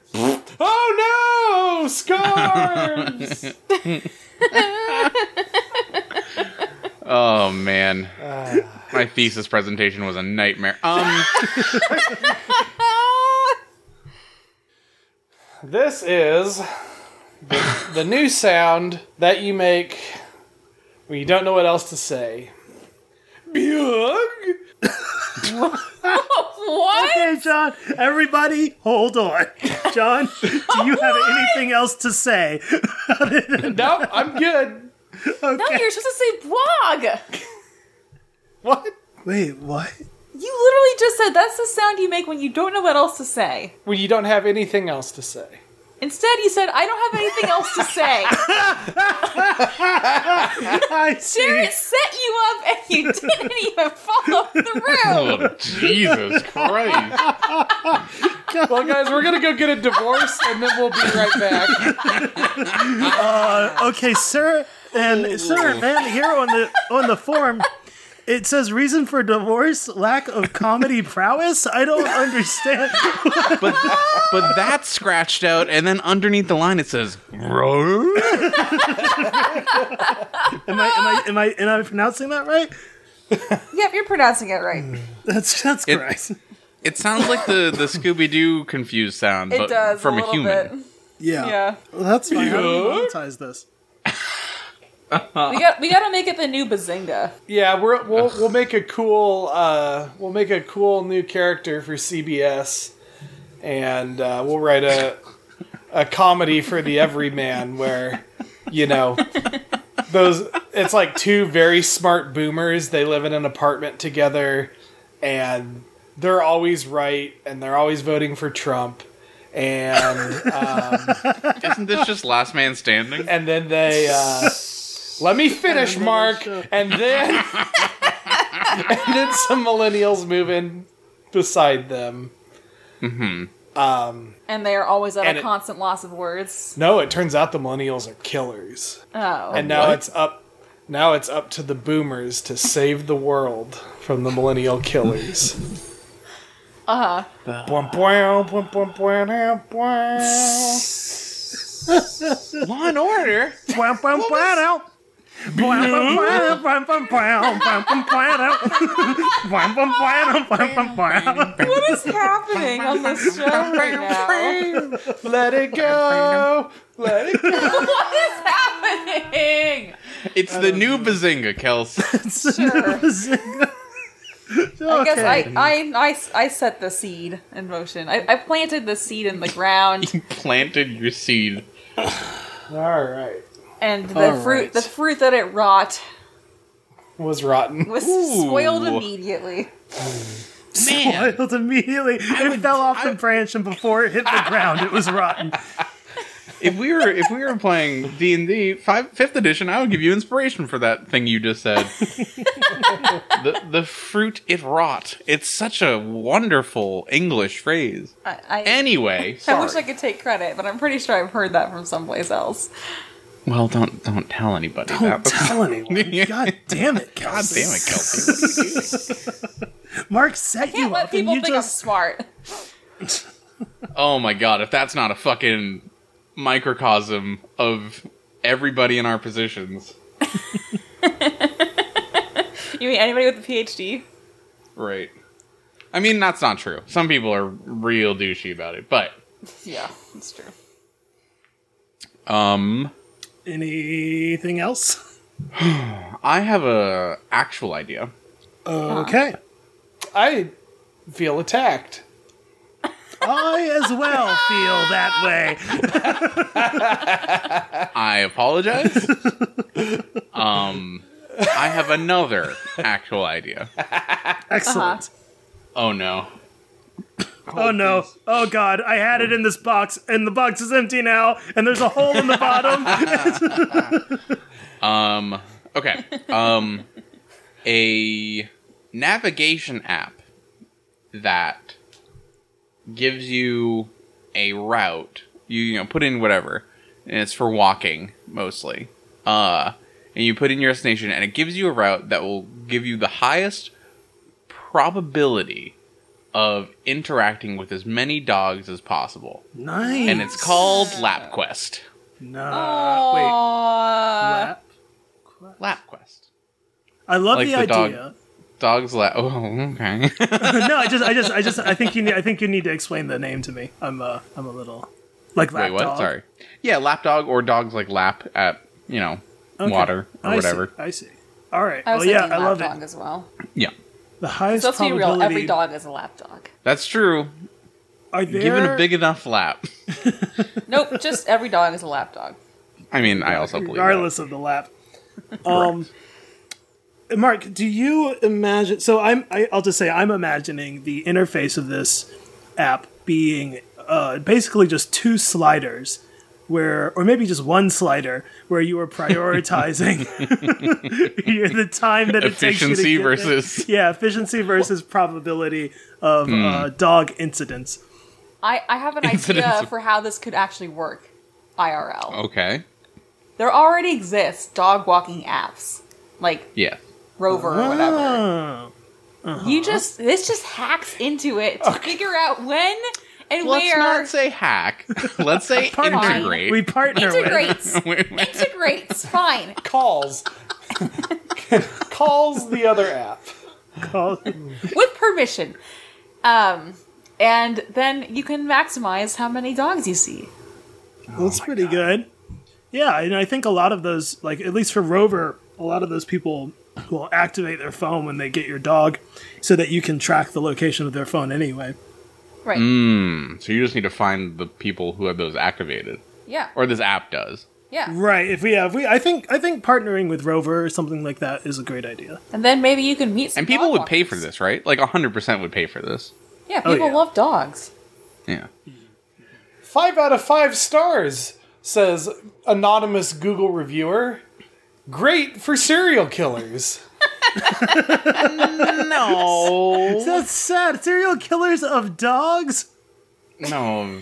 [SPEAKER 4] Oh no! Scarves!
[SPEAKER 2] oh man, my thesis presentation was a nightmare. Um,
[SPEAKER 4] This is the, the new sound that you make when you don't know what else to say. Bug.
[SPEAKER 3] What?
[SPEAKER 1] okay, John. Everybody, hold on. John, do you have anything else to say?
[SPEAKER 4] Nope, I'm good.
[SPEAKER 3] No, you're supposed to say blog.
[SPEAKER 4] What?
[SPEAKER 1] Wait, what?
[SPEAKER 3] You literally just said that's the sound you make when you don't know what else to say.
[SPEAKER 4] When you don't have anything else to say.
[SPEAKER 3] Instead, you said, I don't have anything
[SPEAKER 1] I
[SPEAKER 3] else to say.
[SPEAKER 1] see.
[SPEAKER 3] Jared set you up and you didn't even follow through.
[SPEAKER 2] oh, Jesus Christ!
[SPEAKER 4] Well, guys, we're gonna go get a divorce and then we'll be right back.
[SPEAKER 1] Okay, sir, and sir, man, here on the on the form, it says reason for divorce: lack of comedy prowess. I don't understand.
[SPEAKER 2] But but that's scratched out, and then underneath the line it says "Roar."
[SPEAKER 1] Am I am I am I, am I pronouncing that right?
[SPEAKER 3] Yep, you're pronouncing it right.
[SPEAKER 1] That's that's
[SPEAKER 2] It-
[SPEAKER 1] correct.
[SPEAKER 2] It sounds like the the Scooby Doo confused sound,
[SPEAKER 3] It
[SPEAKER 2] but
[SPEAKER 3] does.
[SPEAKER 2] from
[SPEAKER 3] a
[SPEAKER 2] a,
[SPEAKER 3] little
[SPEAKER 2] human.
[SPEAKER 3] Bit.
[SPEAKER 1] Yeah.
[SPEAKER 3] Yeah.
[SPEAKER 1] Well, that's fine. How do we monetize this?
[SPEAKER 3] We got we gotta make it the new Bazinga.
[SPEAKER 4] Yeah, we're, we'll we'll make a cool uh, we'll make a cool new character for CBS, and uh, we'll write a a comedy for the everyman where you know those it's like two very smart boomers they live in an apartment together and they're always right and they're always voting for Trump and
[SPEAKER 2] Isn't this just Last Man Standing?
[SPEAKER 4] and then they uh, let me finish mark
[SPEAKER 1] shut up.
[SPEAKER 4] and then and then some millennials move in beside them
[SPEAKER 3] And they are always at
[SPEAKER 4] And
[SPEAKER 3] a
[SPEAKER 4] it-
[SPEAKER 3] constant loss of words.
[SPEAKER 4] no it turns out the millennials are killers
[SPEAKER 3] Oh.
[SPEAKER 4] and now
[SPEAKER 2] What?
[SPEAKER 4] it's up now it's up to the boomers to save the world from the millennial killers
[SPEAKER 3] uh-huh.
[SPEAKER 4] Bwah, bwah, bwah, bwah, bwah, bwah.
[SPEAKER 2] Law and Order.
[SPEAKER 1] Bwah, bwah, bwah, dow. Bwah, bwah, bwah, bwah, bwah, bwah, bwah, bwah, dow. Bwah, bwah, bwah, bwah, bwah, bwah, dow.
[SPEAKER 3] What is happening on this show right now?
[SPEAKER 4] let it go let it go
[SPEAKER 3] What is happening?
[SPEAKER 2] It's the new Bazinga, Kels.
[SPEAKER 3] Sure. I guess I,
[SPEAKER 1] Okay.
[SPEAKER 3] I, I, I set the seed in motion. I, I planted the seed in the ground,
[SPEAKER 2] Planted your seed.
[SPEAKER 4] all right
[SPEAKER 3] and the
[SPEAKER 1] All
[SPEAKER 3] fruit
[SPEAKER 1] right.
[SPEAKER 3] the fruit that it wrought
[SPEAKER 4] was rotten
[SPEAKER 3] was
[SPEAKER 2] Ooh.
[SPEAKER 3] spoiled immediately.
[SPEAKER 2] Man.
[SPEAKER 1] Spoiled immediately. It fell off the branch, and before it hit the ground, it was rotten.
[SPEAKER 2] if we were if we were playing D and D fifth edition, I would give you inspiration for that thing you just said. the the fruit it rot. It's such a wonderful English phrase.
[SPEAKER 6] I, I,
[SPEAKER 2] Anyway,
[SPEAKER 6] I wish I
[SPEAKER 2] sorry.
[SPEAKER 6] could take credit, but I'm pretty sure I've heard that from someplace else.
[SPEAKER 2] well, don't don't tell anybody
[SPEAKER 1] Don't
[SPEAKER 2] that.
[SPEAKER 1] tell anyone. God damn it,
[SPEAKER 2] God
[SPEAKER 1] Kelsey.
[SPEAKER 2] damn it, Kelsey! What are you doing?
[SPEAKER 1] Mark set
[SPEAKER 6] Can't
[SPEAKER 1] you
[SPEAKER 6] let
[SPEAKER 1] up, and
[SPEAKER 6] people
[SPEAKER 1] you
[SPEAKER 6] think I'm
[SPEAKER 1] just
[SPEAKER 6] smart.
[SPEAKER 2] Oh my god, if that's not a fucking microcosm of everybody in our positions.
[SPEAKER 6] You mean anybody with a PhD?
[SPEAKER 2] Right. I mean, that's not true. Some people are real douchey about it, but
[SPEAKER 6] Yeah, that's true.
[SPEAKER 2] um
[SPEAKER 1] anything else.
[SPEAKER 2] I have a actual idea. Uh-huh.
[SPEAKER 1] Okay,
[SPEAKER 4] I feel attacked.
[SPEAKER 1] I as well feel that way.
[SPEAKER 2] I apologize. um I have another actual idea.
[SPEAKER 1] Excellent.
[SPEAKER 2] Oh no. Uh-huh.
[SPEAKER 1] Oh no! Oh god! I had it in this box, and the box is empty now, and there's a hole in the bottom.
[SPEAKER 2] Um okay. Um a navigation app that gives you a route. You you know, put in whatever. And it's for walking mostly. Uh and you put in your destination and it gives you a route that will give you the highest probability of interacting with as many dogs as possible.
[SPEAKER 1] nice.
[SPEAKER 2] And it's called LapQuest.
[SPEAKER 1] Nah, wait. Lap.
[SPEAKER 2] LapQuest.
[SPEAKER 1] I love
[SPEAKER 2] Like
[SPEAKER 1] the,
[SPEAKER 2] the dog-
[SPEAKER 1] idea.
[SPEAKER 2] Dogs lap. Oh, okay.
[SPEAKER 1] no, I just, I just, I just, I think you need, I think you need to explain the name to me. I'm, uh, I'm a little like lap
[SPEAKER 2] Wait, what?
[SPEAKER 1] dog.
[SPEAKER 2] Sorry. Yeah, lapdog or dogs like lap at you know
[SPEAKER 1] Okay.
[SPEAKER 2] water or
[SPEAKER 1] I see,
[SPEAKER 2] whatever.
[SPEAKER 1] I see. All right.
[SPEAKER 6] I
[SPEAKER 1] Oh
[SPEAKER 6] was
[SPEAKER 1] yeah,
[SPEAKER 6] thinking
[SPEAKER 1] I love
[SPEAKER 6] lapdog
[SPEAKER 1] it.
[SPEAKER 6] as well.
[SPEAKER 2] Yeah,
[SPEAKER 1] The highest
[SPEAKER 6] So let's be
[SPEAKER 1] probability.
[SPEAKER 6] real. Every dog is a lapdog.
[SPEAKER 2] that's true.
[SPEAKER 1] Are there?
[SPEAKER 2] Given a big enough lap.
[SPEAKER 6] Nope, just every dog is a lapdog.
[SPEAKER 2] I mean, I also believe.
[SPEAKER 1] regardless of the lap. Um, Mark, do you imagine? So I'm. I, I'll just say I'm imagining the interface of this app being uh, basically just two sliders, where or maybe just one slider where you are prioritizing the time that
[SPEAKER 2] that.
[SPEAKER 1] it takes you to
[SPEAKER 2] efficiency
[SPEAKER 1] get there.
[SPEAKER 2] versus.
[SPEAKER 1] yeah efficiency versus probability of uh,
[SPEAKER 2] Hmm.
[SPEAKER 1] dog incidents.
[SPEAKER 6] I, I have an idea
[SPEAKER 2] Incidents.
[SPEAKER 6] for how this could actually work IRL.
[SPEAKER 2] Okay.
[SPEAKER 6] There already exists dog walking apps like
[SPEAKER 2] Yeah.
[SPEAKER 6] Rover or whatever.
[SPEAKER 1] Oh.
[SPEAKER 6] You just this just hacks into it to figure out when and
[SPEAKER 2] Let's
[SPEAKER 6] where
[SPEAKER 2] not say hack. Let's say
[SPEAKER 6] Fine.
[SPEAKER 2] integrate.
[SPEAKER 1] We partner with.
[SPEAKER 6] integrates.
[SPEAKER 2] Wait, wait.
[SPEAKER 6] integrates, fine.
[SPEAKER 4] Calls. Calls the other app.
[SPEAKER 6] With permission. Um and then you can maximize how many dogs you see.
[SPEAKER 1] That's pretty good. Yeah, and I think a lot of those, like at least for Rover, a lot of those people will activate their phone when they get your dog, so that you can track the location of their phone anyway.
[SPEAKER 6] Right.
[SPEAKER 2] Mm. so you just need to find the people who have those activated,
[SPEAKER 6] Yeah.
[SPEAKER 2] or this app does.
[SPEAKER 6] Yeah.
[SPEAKER 1] Right. If we have, we I think I think partnering with Rover or something like that is a great idea.
[SPEAKER 6] And then maybe you can meet some
[SPEAKER 2] And people
[SPEAKER 6] dog
[SPEAKER 2] would pay for
[SPEAKER 6] walkers.
[SPEAKER 2] this, right? Like hundred percent would pay for this.
[SPEAKER 6] Yeah,
[SPEAKER 1] Oh,
[SPEAKER 6] people
[SPEAKER 1] yeah.
[SPEAKER 6] love dogs.
[SPEAKER 2] Yeah.
[SPEAKER 4] Five out of five stars, says anonymous Google reviewer. Great for serial killers.
[SPEAKER 2] No.
[SPEAKER 1] That's sad. Serial killers of dogs
[SPEAKER 2] no.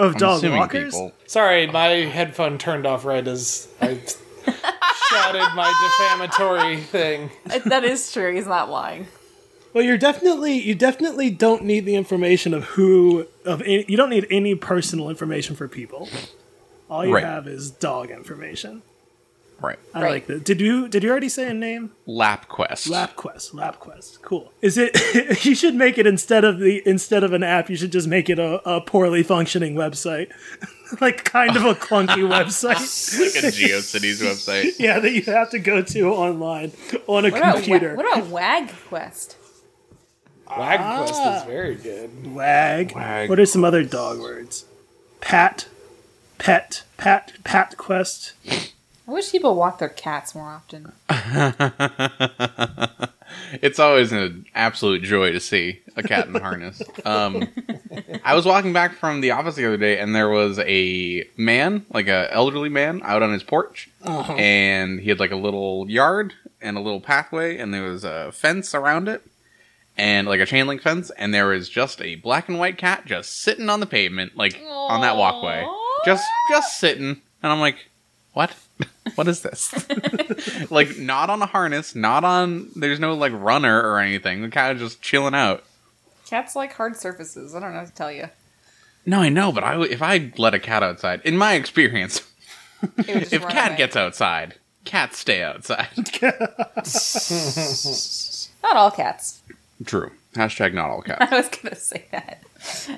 [SPEAKER 1] of
[SPEAKER 2] I'm
[SPEAKER 1] dog
[SPEAKER 2] assuming
[SPEAKER 1] walkers.
[SPEAKER 2] people.
[SPEAKER 4] Sorry, my headphone turned off right as I shouted my defamatory thing.
[SPEAKER 6] Uh, that is true. He's not lying.
[SPEAKER 1] Well, you're definitely you definitely don't need the information of who of any, you don't need any personal information for people. All you
[SPEAKER 2] Right.
[SPEAKER 1] have is dog information.
[SPEAKER 2] Right.
[SPEAKER 1] I
[SPEAKER 6] Right.
[SPEAKER 1] like that. Did you did you already say a name?
[SPEAKER 2] Lap quest.
[SPEAKER 1] LapQuest. LapQuest. Cool. Is it? you should make it instead of the instead of an app. You should just make it a, a poorly functioning website, like kind of a clunky website.
[SPEAKER 2] like a GeoCities website.
[SPEAKER 1] Yeah, that you have to go to online on a
[SPEAKER 6] What about,
[SPEAKER 1] computer.
[SPEAKER 6] wa- what about Wag Quest?
[SPEAKER 4] Wagquest is very good.
[SPEAKER 1] Wag.
[SPEAKER 2] Wag.
[SPEAKER 1] What are some other dog words? Pat. Pet. Pat. Pat quest.
[SPEAKER 6] I wish people walk their cats more often.
[SPEAKER 2] It's always an absolute joy to see a cat in a harness. Um, I was walking back from the office the other day, and there was a man, like a elderly man, out on his porch, and he had like a little yard and a little pathway, and there was a fence around it, and like a chain link fence, and there was just a black and white cat just sitting on the pavement, like on that walkway, just just sitting, and I'm like, what? what is this? like not on a harness, not on. There's no like runner or anything. The cat is just chilling out.
[SPEAKER 3] Cats like hard surfaces. I don't know what to tell you.
[SPEAKER 2] No, I know, but I w if I let a cat outside, in my experience,
[SPEAKER 3] It would just
[SPEAKER 2] if
[SPEAKER 3] run
[SPEAKER 2] cat
[SPEAKER 3] away.
[SPEAKER 2] gets outside, cats stay outside.
[SPEAKER 3] not all cats.
[SPEAKER 2] True. Hashtag not all cats.
[SPEAKER 3] I was gonna say that,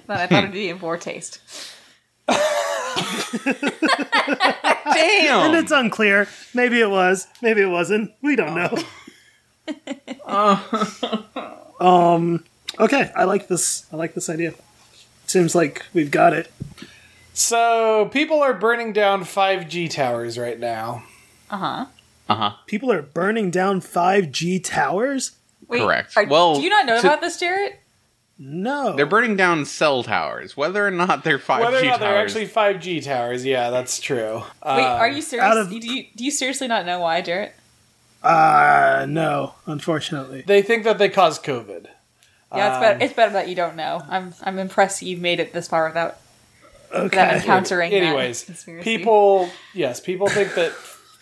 [SPEAKER 3] but I thought it'd be in poor taste.
[SPEAKER 2] Damn.
[SPEAKER 1] And
[SPEAKER 4] Um,
[SPEAKER 1] it's unclear. Maybe it was. Maybe it wasn't. We don't know.
[SPEAKER 4] Oh.
[SPEAKER 1] um. Okay. I like this. I like this idea. Seems like we've got it.
[SPEAKER 4] So people are burning down 5G towers right now.
[SPEAKER 3] Uh huh.
[SPEAKER 1] People are burning down 5G towers.
[SPEAKER 2] Correct. Well,
[SPEAKER 3] do you not know
[SPEAKER 2] to-
[SPEAKER 3] about this, Jarrett?
[SPEAKER 1] No.
[SPEAKER 2] They're burning down cell towers, whether or not they're five
[SPEAKER 4] Whether or
[SPEAKER 2] G
[SPEAKER 4] not
[SPEAKER 2] towers.
[SPEAKER 4] they're actually 5G towers, yeah, that's true. Uh,
[SPEAKER 3] Wait, are you serious?
[SPEAKER 1] out of-
[SPEAKER 3] do, you, do you seriously not know why, Jarrett?
[SPEAKER 1] Uh, no. Unfortunately.
[SPEAKER 4] they think that they cause COVID.
[SPEAKER 3] Yeah,
[SPEAKER 4] Uh,
[SPEAKER 3] it's better. It's better that you don't know. I'm I'm impressed you've made it this far without without
[SPEAKER 1] Okay.
[SPEAKER 3] encountering. that
[SPEAKER 4] Anyways,
[SPEAKER 3] conspiracy.
[SPEAKER 4] people, yes, people think that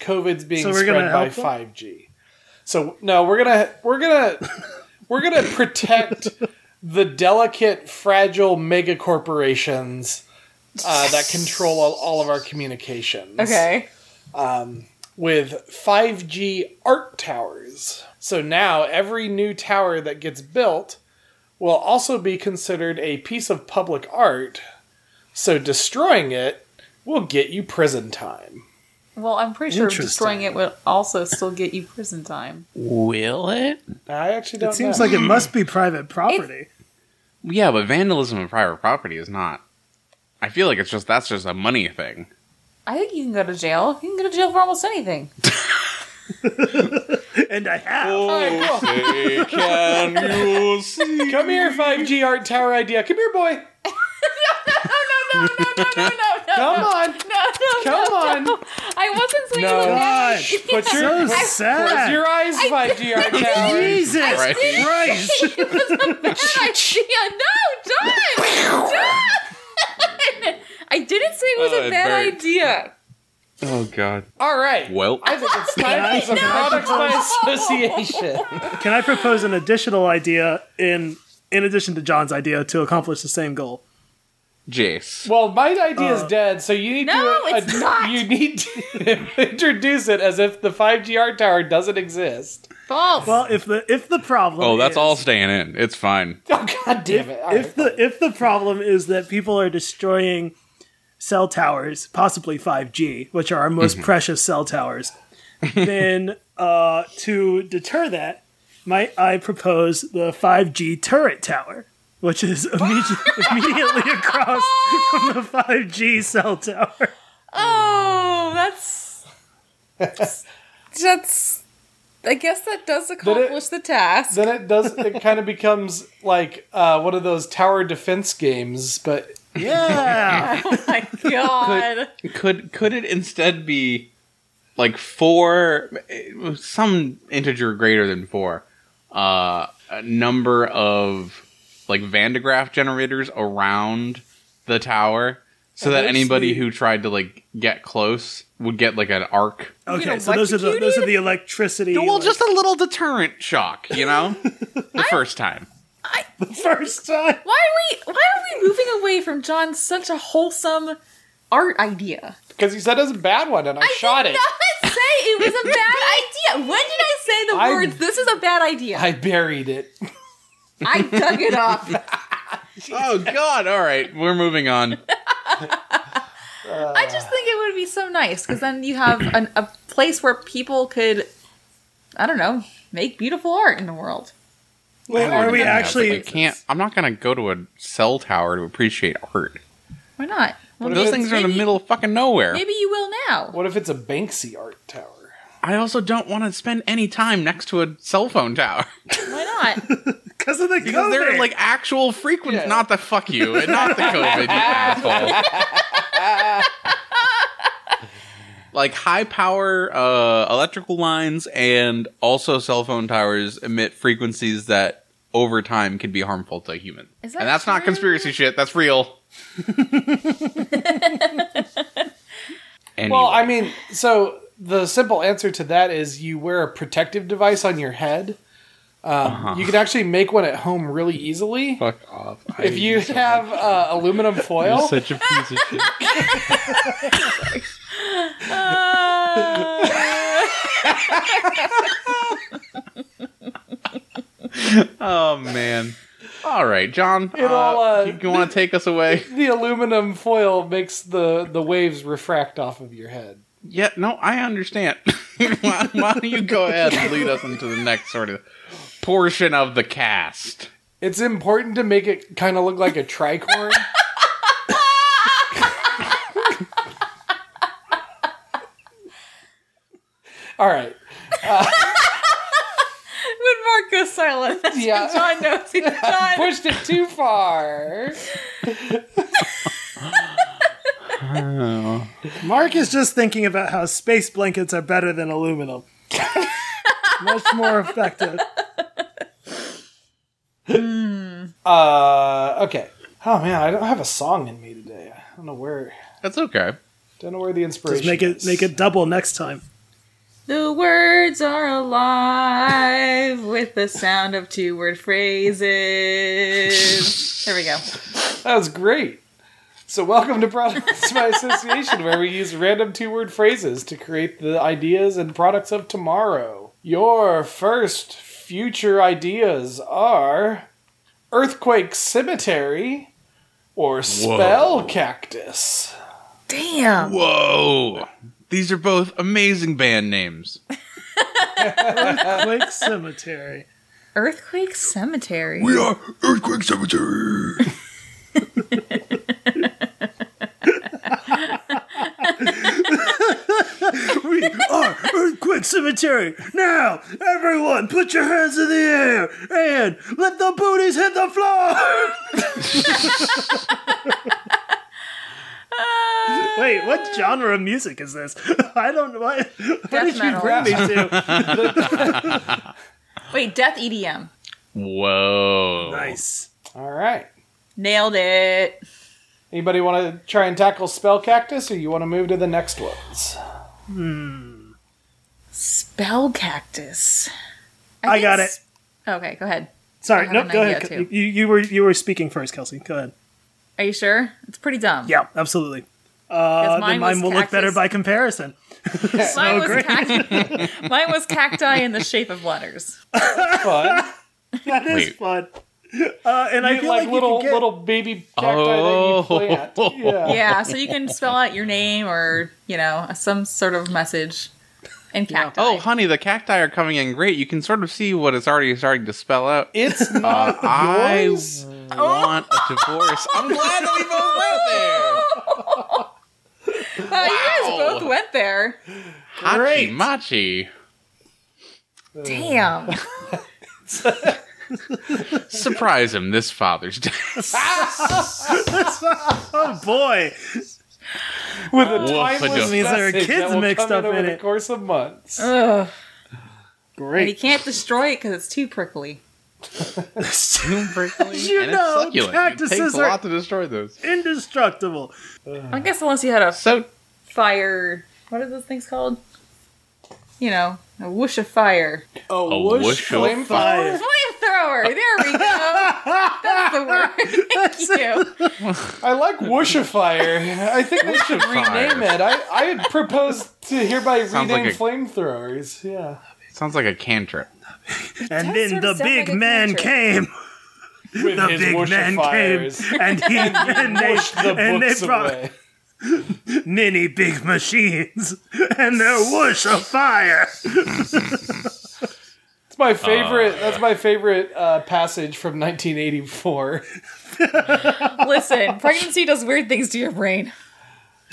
[SPEAKER 4] COVID's being
[SPEAKER 1] So we're gonna
[SPEAKER 4] spread by
[SPEAKER 1] help them?
[SPEAKER 4] 5G. So no, we're gonna we're gonna we're gonna protect the delicate, fragile mega corporations uh, that control all, all of our communications.
[SPEAKER 3] Okay.
[SPEAKER 4] with 5G art towers. So now every new tower that gets built will also be considered a piece of public art. So destroying it will get you prison time.
[SPEAKER 3] Well, I'm pretty sure
[SPEAKER 1] Interesting.
[SPEAKER 3] destroying it would also still get you prison time.
[SPEAKER 2] Will it?
[SPEAKER 4] I actually don't
[SPEAKER 1] It seems
[SPEAKER 4] know.
[SPEAKER 1] like it must be private property.
[SPEAKER 2] Yeah, but vandalism of private property is not. I feel like it's just that's just a money thing.
[SPEAKER 3] I think you can go to jail. You can go to jail for almost anything.
[SPEAKER 1] and I have.
[SPEAKER 4] Oh,
[SPEAKER 2] say, can you see?
[SPEAKER 1] Oh.
[SPEAKER 4] Come here, 5G art tower idea. Come here, boy.
[SPEAKER 3] No, no, no, no, no, no, no,
[SPEAKER 4] Come on.
[SPEAKER 3] no, no.
[SPEAKER 4] Come on.
[SPEAKER 3] I wasn't saying
[SPEAKER 4] No.
[SPEAKER 3] it was bad.
[SPEAKER 1] Gosh,
[SPEAKER 4] Put your,
[SPEAKER 1] so
[SPEAKER 4] close
[SPEAKER 1] sad.
[SPEAKER 4] your eyes, 5G art tower.
[SPEAKER 1] Jesus
[SPEAKER 2] Right.
[SPEAKER 1] Christ!
[SPEAKER 3] bad idea. No, John, John. I didn't say it was
[SPEAKER 2] Oh,
[SPEAKER 3] a bad
[SPEAKER 2] it burnt.
[SPEAKER 3] idea.
[SPEAKER 2] Oh God.
[SPEAKER 4] All right.
[SPEAKER 2] Well,
[SPEAKER 4] I think it's time for some products by association.
[SPEAKER 1] Can I propose an additional idea in in addition to John's idea to accomplish the same goal?
[SPEAKER 2] Jace.
[SPEAKER 4] Well, my idea is dead, so you need
[SPEAKER 3] No,
[SPEAKER 4] to. uh,
[SPEAKER 3] it's not.
[SPEAKER 4] You need to introduce it as if the 5G art tower doesn't exist.
[SPEAKER 3] False.
[SPEAKER 1] Well, if the if the problem
[SPEAKER 2] Oh, that's
[SPEAKER 1] is-
[SPEAKER 2] all staying in. It's fine.
[SPEAKER 4] Oh God damn it! All
[SPEAKER 1] if
[SPEAKER 4] right.
[SPEAKER 1] the if the problem is that people are destroying cell towers, possibly 5G, which are our most
[SPEAKER 2] Mm-hmm.
[SPEAKER 1] precious cell towers, then uh, to deter that, might I propose the 5G turret tower, which is immediate, immediately across from the 5G cell tower.
[SPEAKER 3] Oh, that's that's. I guess that does accomplish the task.
[SPEAKER 4] then it does. It kind of becomes like uh, one of those tower defense games, but
[SPEAKER 1] Yeah,
[SPEAKER 3] oh my god!
[SPEAKER 2] Could could it instead be like four, some integer greater than four, uh, a number of like Van de Graaff generators around the tower, so that
[SPEAKER 4] there's
[SPEAKER 2] anybody
[SPEAKER 4] the-
[SPEAKER 2] who tried to like get close would get like an arc.
[SPEAKER 1] okay. So those are the those are the electricity.
[SPEAKER 2] Well,
[SPEAKER 1] like,
[SPEAKER 2] just a little deterrent shock, you know, the first time.
[SPEAKER 1] first time.
[SPEAKER 3] Why are we why are we moving away from John's such a wholesome art idea?
[SPEAKER 4] because you said it was a bad one, and I, shot it.
[SPEAKER 3] did not say it was a bad idea. When did I say the
[SPEAKER 4] I-
[SPEAKER 3] words? This is a bad idea. I,
[SPEAKER 4] I buried it.
[SPEAKER 3] dug it up.
[SPEAKER 2] Oh God! All right, we're moving on.
[SPEAKER 3] I just think it would be so nice because then you have an, a place where people could, I don't know, make beautiful art in the world.
[SPEAKER 1] Wait,
[SPEAKER 2] I
[SPEAKER 1] are we
[SPEAKER 2] don't know,
[SPEAKER 1] actually?
[SPEAKER 2] but I can't. I'm not gonna go to a cell tower to appreciate art.
[SPEAKER 3] Why not? Well,
[SPEAKER 2] Those things are in the
[SPEAKER 3] maybe-
[SPEAKER 2] middle of fucking nowhere.
[SPEAKER 3] Maybe you will now.
[SPEAKER 4] What if it's a Banksy art tower?
[SPEAKER 2] I also don't want to spend any time next to a cell phone tower.
[SPEAKER 3] Why not?
[SPEAKER 1] because of the
[SPEAKER 2] Because
[SPEAKER 1] COVID.
[SPEAKER 2] they're like actual frequency,
[SPEAKER 7] Yeah.
[SPEAKER 2] not the fuck you and not the COVID, you asshole. like high power uh, electrical lines and also cell phone towers emit frequencies that over time can be harmful to humans.
[SPEAKER 3] Is that
[SPEAKER 2] and that's not
[SPEAKER 3] true?
[SPEAKER 2] conspiracy shit, that's real.
[SPEAKER 4] Well, I
[SPEAKER 2] Anyway.
[SPEAKER 4] mean, so the simple answer to that is you wear a protective device on your head. Um, You can actually make one at home really easily
[SPEAKER 2] fuck off. I-
[SPEAKER 4] if you have uh, aluminum
[SPEAKER 7] You're
[SPEAKER 4] foil.
[SPEAKER 7] such a piece of shit.
[SPEAKER 3] Uh,
[SPEAKER 2] Oh man. All right, John.
[SPEAKER 4] It'll,
[SPEAKER 2] uh,
[SPEAKER 4] uh,
[SPEAKER 2] you, want to take us away?
[SPEAKER 4] the aluminum foil makes the the waves refract off of your head.
[SPEAKER 2] Yeah, no, I understand. why, why don't you go ahead and lead us into the next sort of portion of the cast?
[SPEAKER 4] It's important to make it kind of look like a tricorn. All right.
[SPEAKER 3] When Mark goes silent, that's
[SPEAKER 4] Yeah.
[SPEAKER 3] when John knows he's done.
[SPEAKER 4] Pushed it too far.
[SPEAKER 1] Mark is just thinking about how space blankets are better than aluminum. Much more effective.
[SPEAKER 4] Uh, okay. Oh man, I don't have a song in me today. I don't know where.
[SPEAKER 2] That's okay.
[SPEAKER 4] Don't know where the inspiration.
[SPEAKER 1] Just make it
[SPEAKER 4] is.
[SPEAKER 1] make it double next time.
[SPEAKER 3] The words are alive with the sound of two word phrases. There we go.
[SPEAKER 4] That was great. So welcome to Products by Association, where we use random two-word phrases to create the ideas and products of tomorrow. Your first future ideas are earthquake cemetery or spell cactus.
[SPEAKER 3] Damn.
[SPEAKER 2] Whoa. These are both amazing band names.
[SPEAKER 1] Lake Cemetery.
[SPEAKER 3] Earthquake Cemetery.
[SPEAKER 2] are Earthquake Cemetery.
[SPEAKER 1] We are Earthquake Cemetery. Now, everyone, put your hands in the air and let the booties hit the floor.
[SPEAKER 3] Uh,
[SPEAKER 1] Wait, what genre of music is this? I don't know. What, what did you
[SPEAKER 3] metal.
[SPEAKER 1] bring me to?
[SPEAKER 3] Wait, Death E EDM.
[SPEAKER 1] Oh.
[SPEAKER 2] Whoa.
[SPEAKER 1] Nice.
[SPEAKER 4] All right.
[SPEAKER 3] Nailed it.
[SPEAKER 4] Anybody want to try and tackle spell cactus, or you want to move to the next ones?
[SPEAKER 3] Spell cactus.
[SPEAKER 1] I,
[SPEAKER 3] think
[SPEAKER 1] got it.
[SPEAKER 3] s- Okay, go ahead.
[SPEAKER 1] Sorry,
[SPEAKER 3] have
[SPEAKER 1] no,
[SPEAKER 3] an
[SPEAKER 1] go
[SPEAKER 3] idea,
[SPEAKER 1] ahead.
[SPEAKER 3] too.
[SPEAKER 1] You, you were you were speaking first, Kelsey. Go ahead.
[SPEAKER 3] Are you sure? It's pretty dumb.
[SPEAKER 1] Yeah, absolutely.
[SPEAKER 3] 'Cause
[SPEAKER 1] Uh, then
[SPEAKER 3] was
[SPEAKER 1] mine will look better
[SPEAKER 3] cactus-
[SPEAKER 1] by comparison.
[SPEAKER 3] Mine was,
[SPEAKER 1] great.
[SPEAKER 3] cac- mine was cacti in the shape of letters.
[SPEAKER 4] Fun.
[SPEAKER 1] That is
[SPEAKER 2] Wait.
[SPEAKER 1] fun. Uh, and I
[SPEAKER 4] You
[SPEAKER 1] feel
[SPEAKER 4] like,
[SPEAKER 1] like, you
[SPEAKER 4] little
[SPEAKER 1] can get,
[SPEAKER 4] little baby cacti
[SPEAKER 2] Oh.
[SPEAKER 4] that you plant. Yeah.
[SPEAKER 3] Yeah, so you can spell out your name or, you know, some sort of message in cacti.
[SPEAKER 2] Oh, honey, the cacti are coming in great. You can sort of see what it's already starting to spell out. Uh,
[SPEAKER 4] It's not
[SPEAKER 2] I
[SPEAKER 4] yours.
[SPEAKER 2] want a divorce. I'm glad that we both went there.
[SPEAKER 3] Wow, you guys
[SPEAKER 2] Wow.
[SPEAKER 3] both went there.
[SPEAKER 2] Hachi machi.
[SPEAKER 3] Damn.
[SPEAKER 2] Surprise him this Father's Day.
[SPEAKER 1] oh boy,
[SPEAKER 4] with a
[SPEAKER 2] Woof, I
[SPEAKER 4] timeless
[SPEAKER 2] don't-
[SPEAKER 1] Means there are
[SPEAKER 4] message
[SPEAKER 1] kids
[SPEAKER 4] that will
[SPEAKER 1] mixed
[SPEAKER 4] come in
[SPEAKER 1] up in
[SPEAKER 4] over the
[SPEAKER 1] it.
[SPEAKER 4] course of months.
[SPEAKER 3] Ugh. And you
[SPEAKER 1] great.
[SPEAKER 3] can't destroy it because it's too prickly.
[SPEAKER 1] You
[SPEAKER 2] and
[SPEAKER 1] know,
[SPEAKER 2] it's succulent.
[SPEAKER 1] cactuses
[SPEAKER 2] it takes
[SPEAKER 1] are-
[SPEAKER 2] a lot to destroy those.
[SPEAKER 1] Indestructible.
[SPEAKER 3] I guess unless you had a
[SPEAKER 2] So
[SPEAKER 3] fire. What are those things called? You know, a whoosh of fire.
[SPEAKER 4] a
[SPEAKER 2] whoosh whoosh of
[SPEAKER 4] flame
[SPEAKER 2] flame
[SPEAKER 1] Five.
[SPEAKER 3] Flamethrower! There we go! That's the word. Thank you.
[SPEAKER 4] I like whooshifier. I think we should
[SPEAKER 2] Whooshifier.
[SPEAKER 4] rename it. I I had proposed to hereby
[SPEAKER 2] Sounds
[SPEAKER 4] rename
[SPEAKER 2] like a-
[SPEAKER 4] flamethrowers. Yeah.
[SPEAKER 2] sounds like a cantrip.
[SPEAKER 1] And
[SPEAKER 3] does
[SPEAKER 1] then
[SPEAKER 3] sort
[SPEAKER 1] the
[SPEAKER 3] of sound
[SPEAKER 1] big
[SPEAKER 3] like a
[SPEAKER 1] man
[SPEAKER 3] creature.
[SPEAKER 1] came,
[SPEAKER 4] With
[SPEAKER 1] the
[SPEAKER 4] his
[SPEAKER 1] big man
[SPEAKER 4] whooshifiers.
[SPEAKER 1] came, and he and they
[SPEAKER 4] Whooshed the
[SPEAKER 1] and they
[SPEAKER 4] books
[SPEAKER 1] brought
[SPEAKER 4] away.
[SPEAKER 1] many big machines and their whoosh of fire.
[SPEAKER 4] That's my favorite. that's my favorite uh, passage from 1984.
[SPEAKER 3] Listen, pregnancy does weird things to your brain.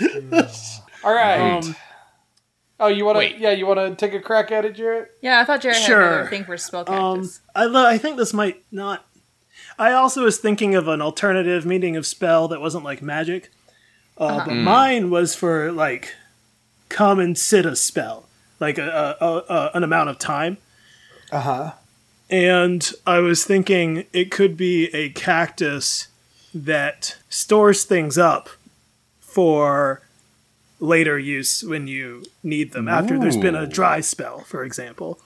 [SPEAKER 4] All right. Um, Oh, you want
[SPEAKER 2] Wait.
[SPEAKER 4] to? Yeah, you want to take a crack at it, Jarrett?
[SPEAKER 3] Yeah, I thought Jared had
[SPEAKER 1] Sure.
[SPEAKER 3] another thing for spell
[SPEAKER 1] Um,
[SPEAKER 3] cactus.
[SPEAKER 1] I lo- I think this might not. I also was thinking of an alternative meaning of spell that wasn't like magic, uh, but mine was for like come and sit a spell, like a, a, a, a an amount of time.
[SPEAKER 4] Uh huh.
[SPEAKER 1] And I was thinking it could be a cactus that stores things up for later use when you need them after there's been a
[SPEAKER 2] Ooh.
[SPEAKER 1] dry spell, for example.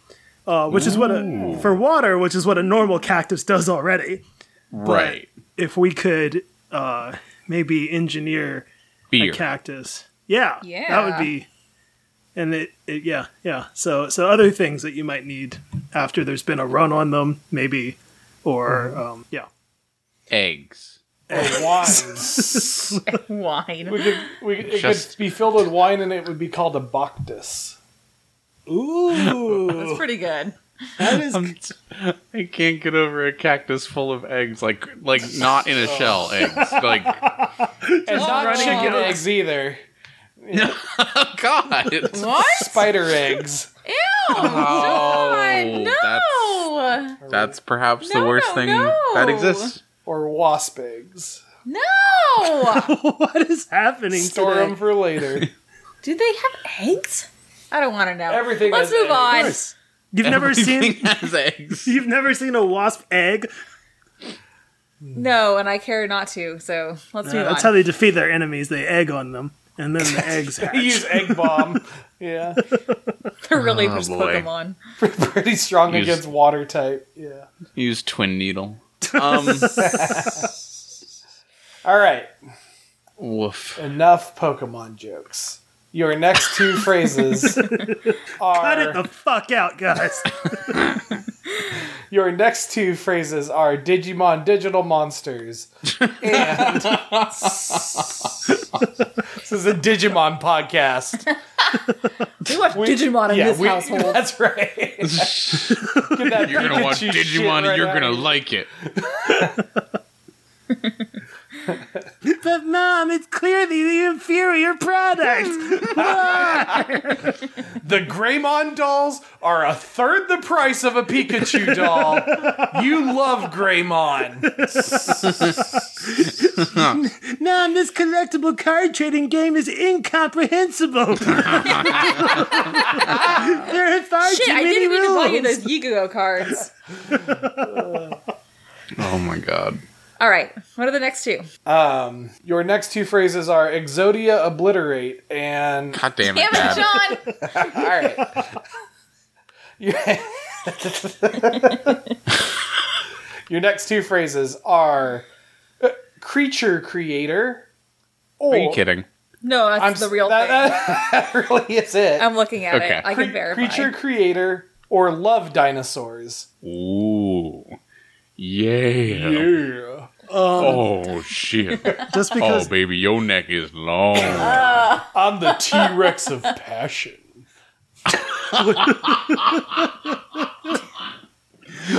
[SPEAKER 1] Uh, which is what a for water, which is what a normal cactus does already.
[SPEAKER 2] Right.
[SPEAKER 1] If we could uh, maybe engineer
[SPEAKER 2] Beer.
[SPEAKER 1] a cactus, yeah, that
[SPEAKER 3] Yeah.
[SPEAKER 1] would be. And it, it, yeah, yeah. So, so other things that you might need after there's been a run on them, maybe, or um, yeah.
[SPEAKER 2] Eggs.
[SPEAKER 4] Or wine.
[SPEAKER 3] Wine.
[SPEAKER 4] we could, we, could- it
[SPEAKER 2] Just-
[SPEAKER 4] could be filled with wine, and it would be called a bactus.
[SPEAKER 1] Ooh,
[SPEAKER 3] That's pretty good.
[SPEAKER 1] that is
[SPEAKER 2] I'm t- I can't get over a cactus full of eggs, like like not in a shell eggs. Like
[SPEAKER 4] And not
[SPEAKER 3] running
[SPEAKER 4] chicken
[SPEAKER 3] out.
[SPEAKER 4] eggs either.
[SPEAKER 2] Oh, God, it's-
[SPEAKER 3] What?
[SPEAKER 4] Spider eggs.
[SPEAKER 3] Ew!
[SPEAKER 2] Oh,
[SPEAKER 3] God, no!
[SPEAKER 2] that's perhaps the
[SPEAKER 3] No,
[SPEAKER 2] worst
[SPEAKER 3] no,
[SPEAKER 2] thing
[SPEAKER 3] no.
[SPEAKER 2] that exists.
[SPEAKER 4] Or wasp eggs.
[SPEAKER 3] No!
[SPEAKER 1] what is happening
[SPEAKER 4] Store
[SPEAKER 1] today?
[SPEAKER 4] them for later.
[SPEAKER 3] Do they have eggs? I don't want to know.
[SPEAKER 4] Everything
[SPEAKER 3] Let's
[SPEAKER 4] has
[SPEAKER 3] move
[SPEAKER 4] eggs.
[SPEAKER 1] Of
[SPEAKER 3] on.
[SPEAKER 1] course. You've never
[SPEAKER 2] Everything
[SPEAKER 1] seen
[SPEAKER 2] has eggs.
[SPEAKER 1] you've never seen a wasp egg.
[SPEAKER 3] No, and I care not to. So let's
[SPEAKER 1] Uh,
[SPEAKER 3] move on.
[SPEAKER 1] that's how they defeat their enemies. They egg on them, and then the eggs
[SPEAKER 4] You
[SPEAKER 1] hatch.
[SPEAKER 4] use egg bomb. yeah.
[SPEAKER 3] They're really
[SPEAKER 2] Oh,
[SPEAKER 3] just
[SPEAKER 2] boy.
[SPEAKER 3] Pokemon.
[SPEAKER 4] Pretty strong
[SPEAKER 2] Use-
[SPEAKER 4] against water type. Yeah.
[SPEAKER 2] Use twin needle. Um,
[SPEAKER 4] All right.
[SPEAKER 2] woof.
[SPEAKER 4] Enough Pokemon jokes. Your next two phrases are
[SPEAKER 1] Cut it the fuck out, guys.
[SPEAKER 4] your next two phrases are Digimon digital monsters. And This is a Digimon podcast.
[SPEAKER 3] We watch Digimon in
[SPEAKER 4] yeah,
[SPEAKER 3] this
[SPEAKER 4] we-
[SPEAKER 3] household.
[SPEAKER 4] That's right. Get that
[SPEAKER 2] You're gonna watch
[SPEAKER 4] Pikachu shit
[SPEAKER 2] Digimon
[SPEAKER 4] right
[SPEAKER 2] and you're
[SPEAKER 4] out
[SPEAKER 2] gonna
[SPEAKER 4] of here.
[SPEAKER 2] like it.
[SPEAKER 1] but mom, it's clearly the inferior product.
[SPEAKER 4] The Greymon dolls are a third the price of a Pikachu doll. you love Greymon.
[SPEAKER 1] Mom, this collectible card trading game is incomprehensible. there are far
[SPEAKER 3] Shit,
[SPEAKER 1] too many
[SPEAKER 3] I didn't even
[SPEAKER 1] rules.
[SPEAKER 3] buy you those Yu-Gi-Oh cards.
[SPEAKER 2] Oh my god.
[SPEAKER 3] All right, what are the next two?
[SPEAKER 4] Um, your next two phrases are Exodia obliterate and
[SPEAKER 2] God damn it,
[SPEAKER 3] Damn it,
[SPEAKER 2] Dad.
[SPEAKER 3] John!
[SPEAKER 4] all right. your, your next two phrases are uh, creature creator. Or,
[SPEAKER 2] Are you kidding?
[SPEAKER 3] No, that's
[SPEAKER 4] I'm
[SPEAKER 3] the
[SPEAKER 4] s-
[SPEAKER 3] real
[SPEAKER 4] that,
[SPEAKER 3] thing.
[SPEAKER 4] That, that really is it.
[SPEAKER 3] I'm looking at
[SPEAKER 2] Okay.
[SPEAKER 3] it. I
[SPEAKER 4] Cre-
[SPEAKER 3] can verify.
[SPEAKER 4] Creature creator or love dinosaurs.
[SPEAKER 2] Ooh. Yeah.
[SPEAKER 4] Yeah.
[SPEAKER 2] Oh shit.
[SPEAKER 1] Just
[SPEAKER 2] Oh
[SPEAKER 1] because
[SPEAKER 2] baby, your neck is long.
[SPEAKER 4] Uh. I'm the T Rex of passion.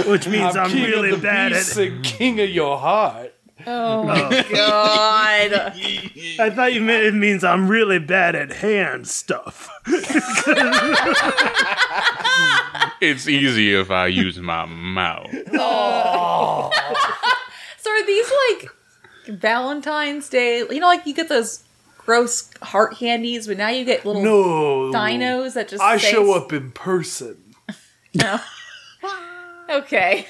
[SPEAKER 1] which means I'm,
[SPEAKER 4] king
[SPEAKER 1] really
[SPEAKER 4] of the
[SPEAKER 1] bad
[SPEAKER 4] beasts
[SPEAKER 1] at it.
[SPEAKER 4] and king of your heart.
[SPEAKER 3] Oh my god!
[SPEAKER 1] I thought you meant it means I'm really bad at hand stuff.
[SPEAKER 2] It's easy if I use my mouth.
[SPEAKER 3] So are these like Valentine's Day? You know, like you get those gross heart candies, but now you get little
[SPEAKER 4] No.
[SPEAKER 3] dinos that just
[SPEAKER 4] Oh, I
[SPEAKER 3] say-
[SPEAKER 4] show up in person.
[SPEAKER 3] No. okay.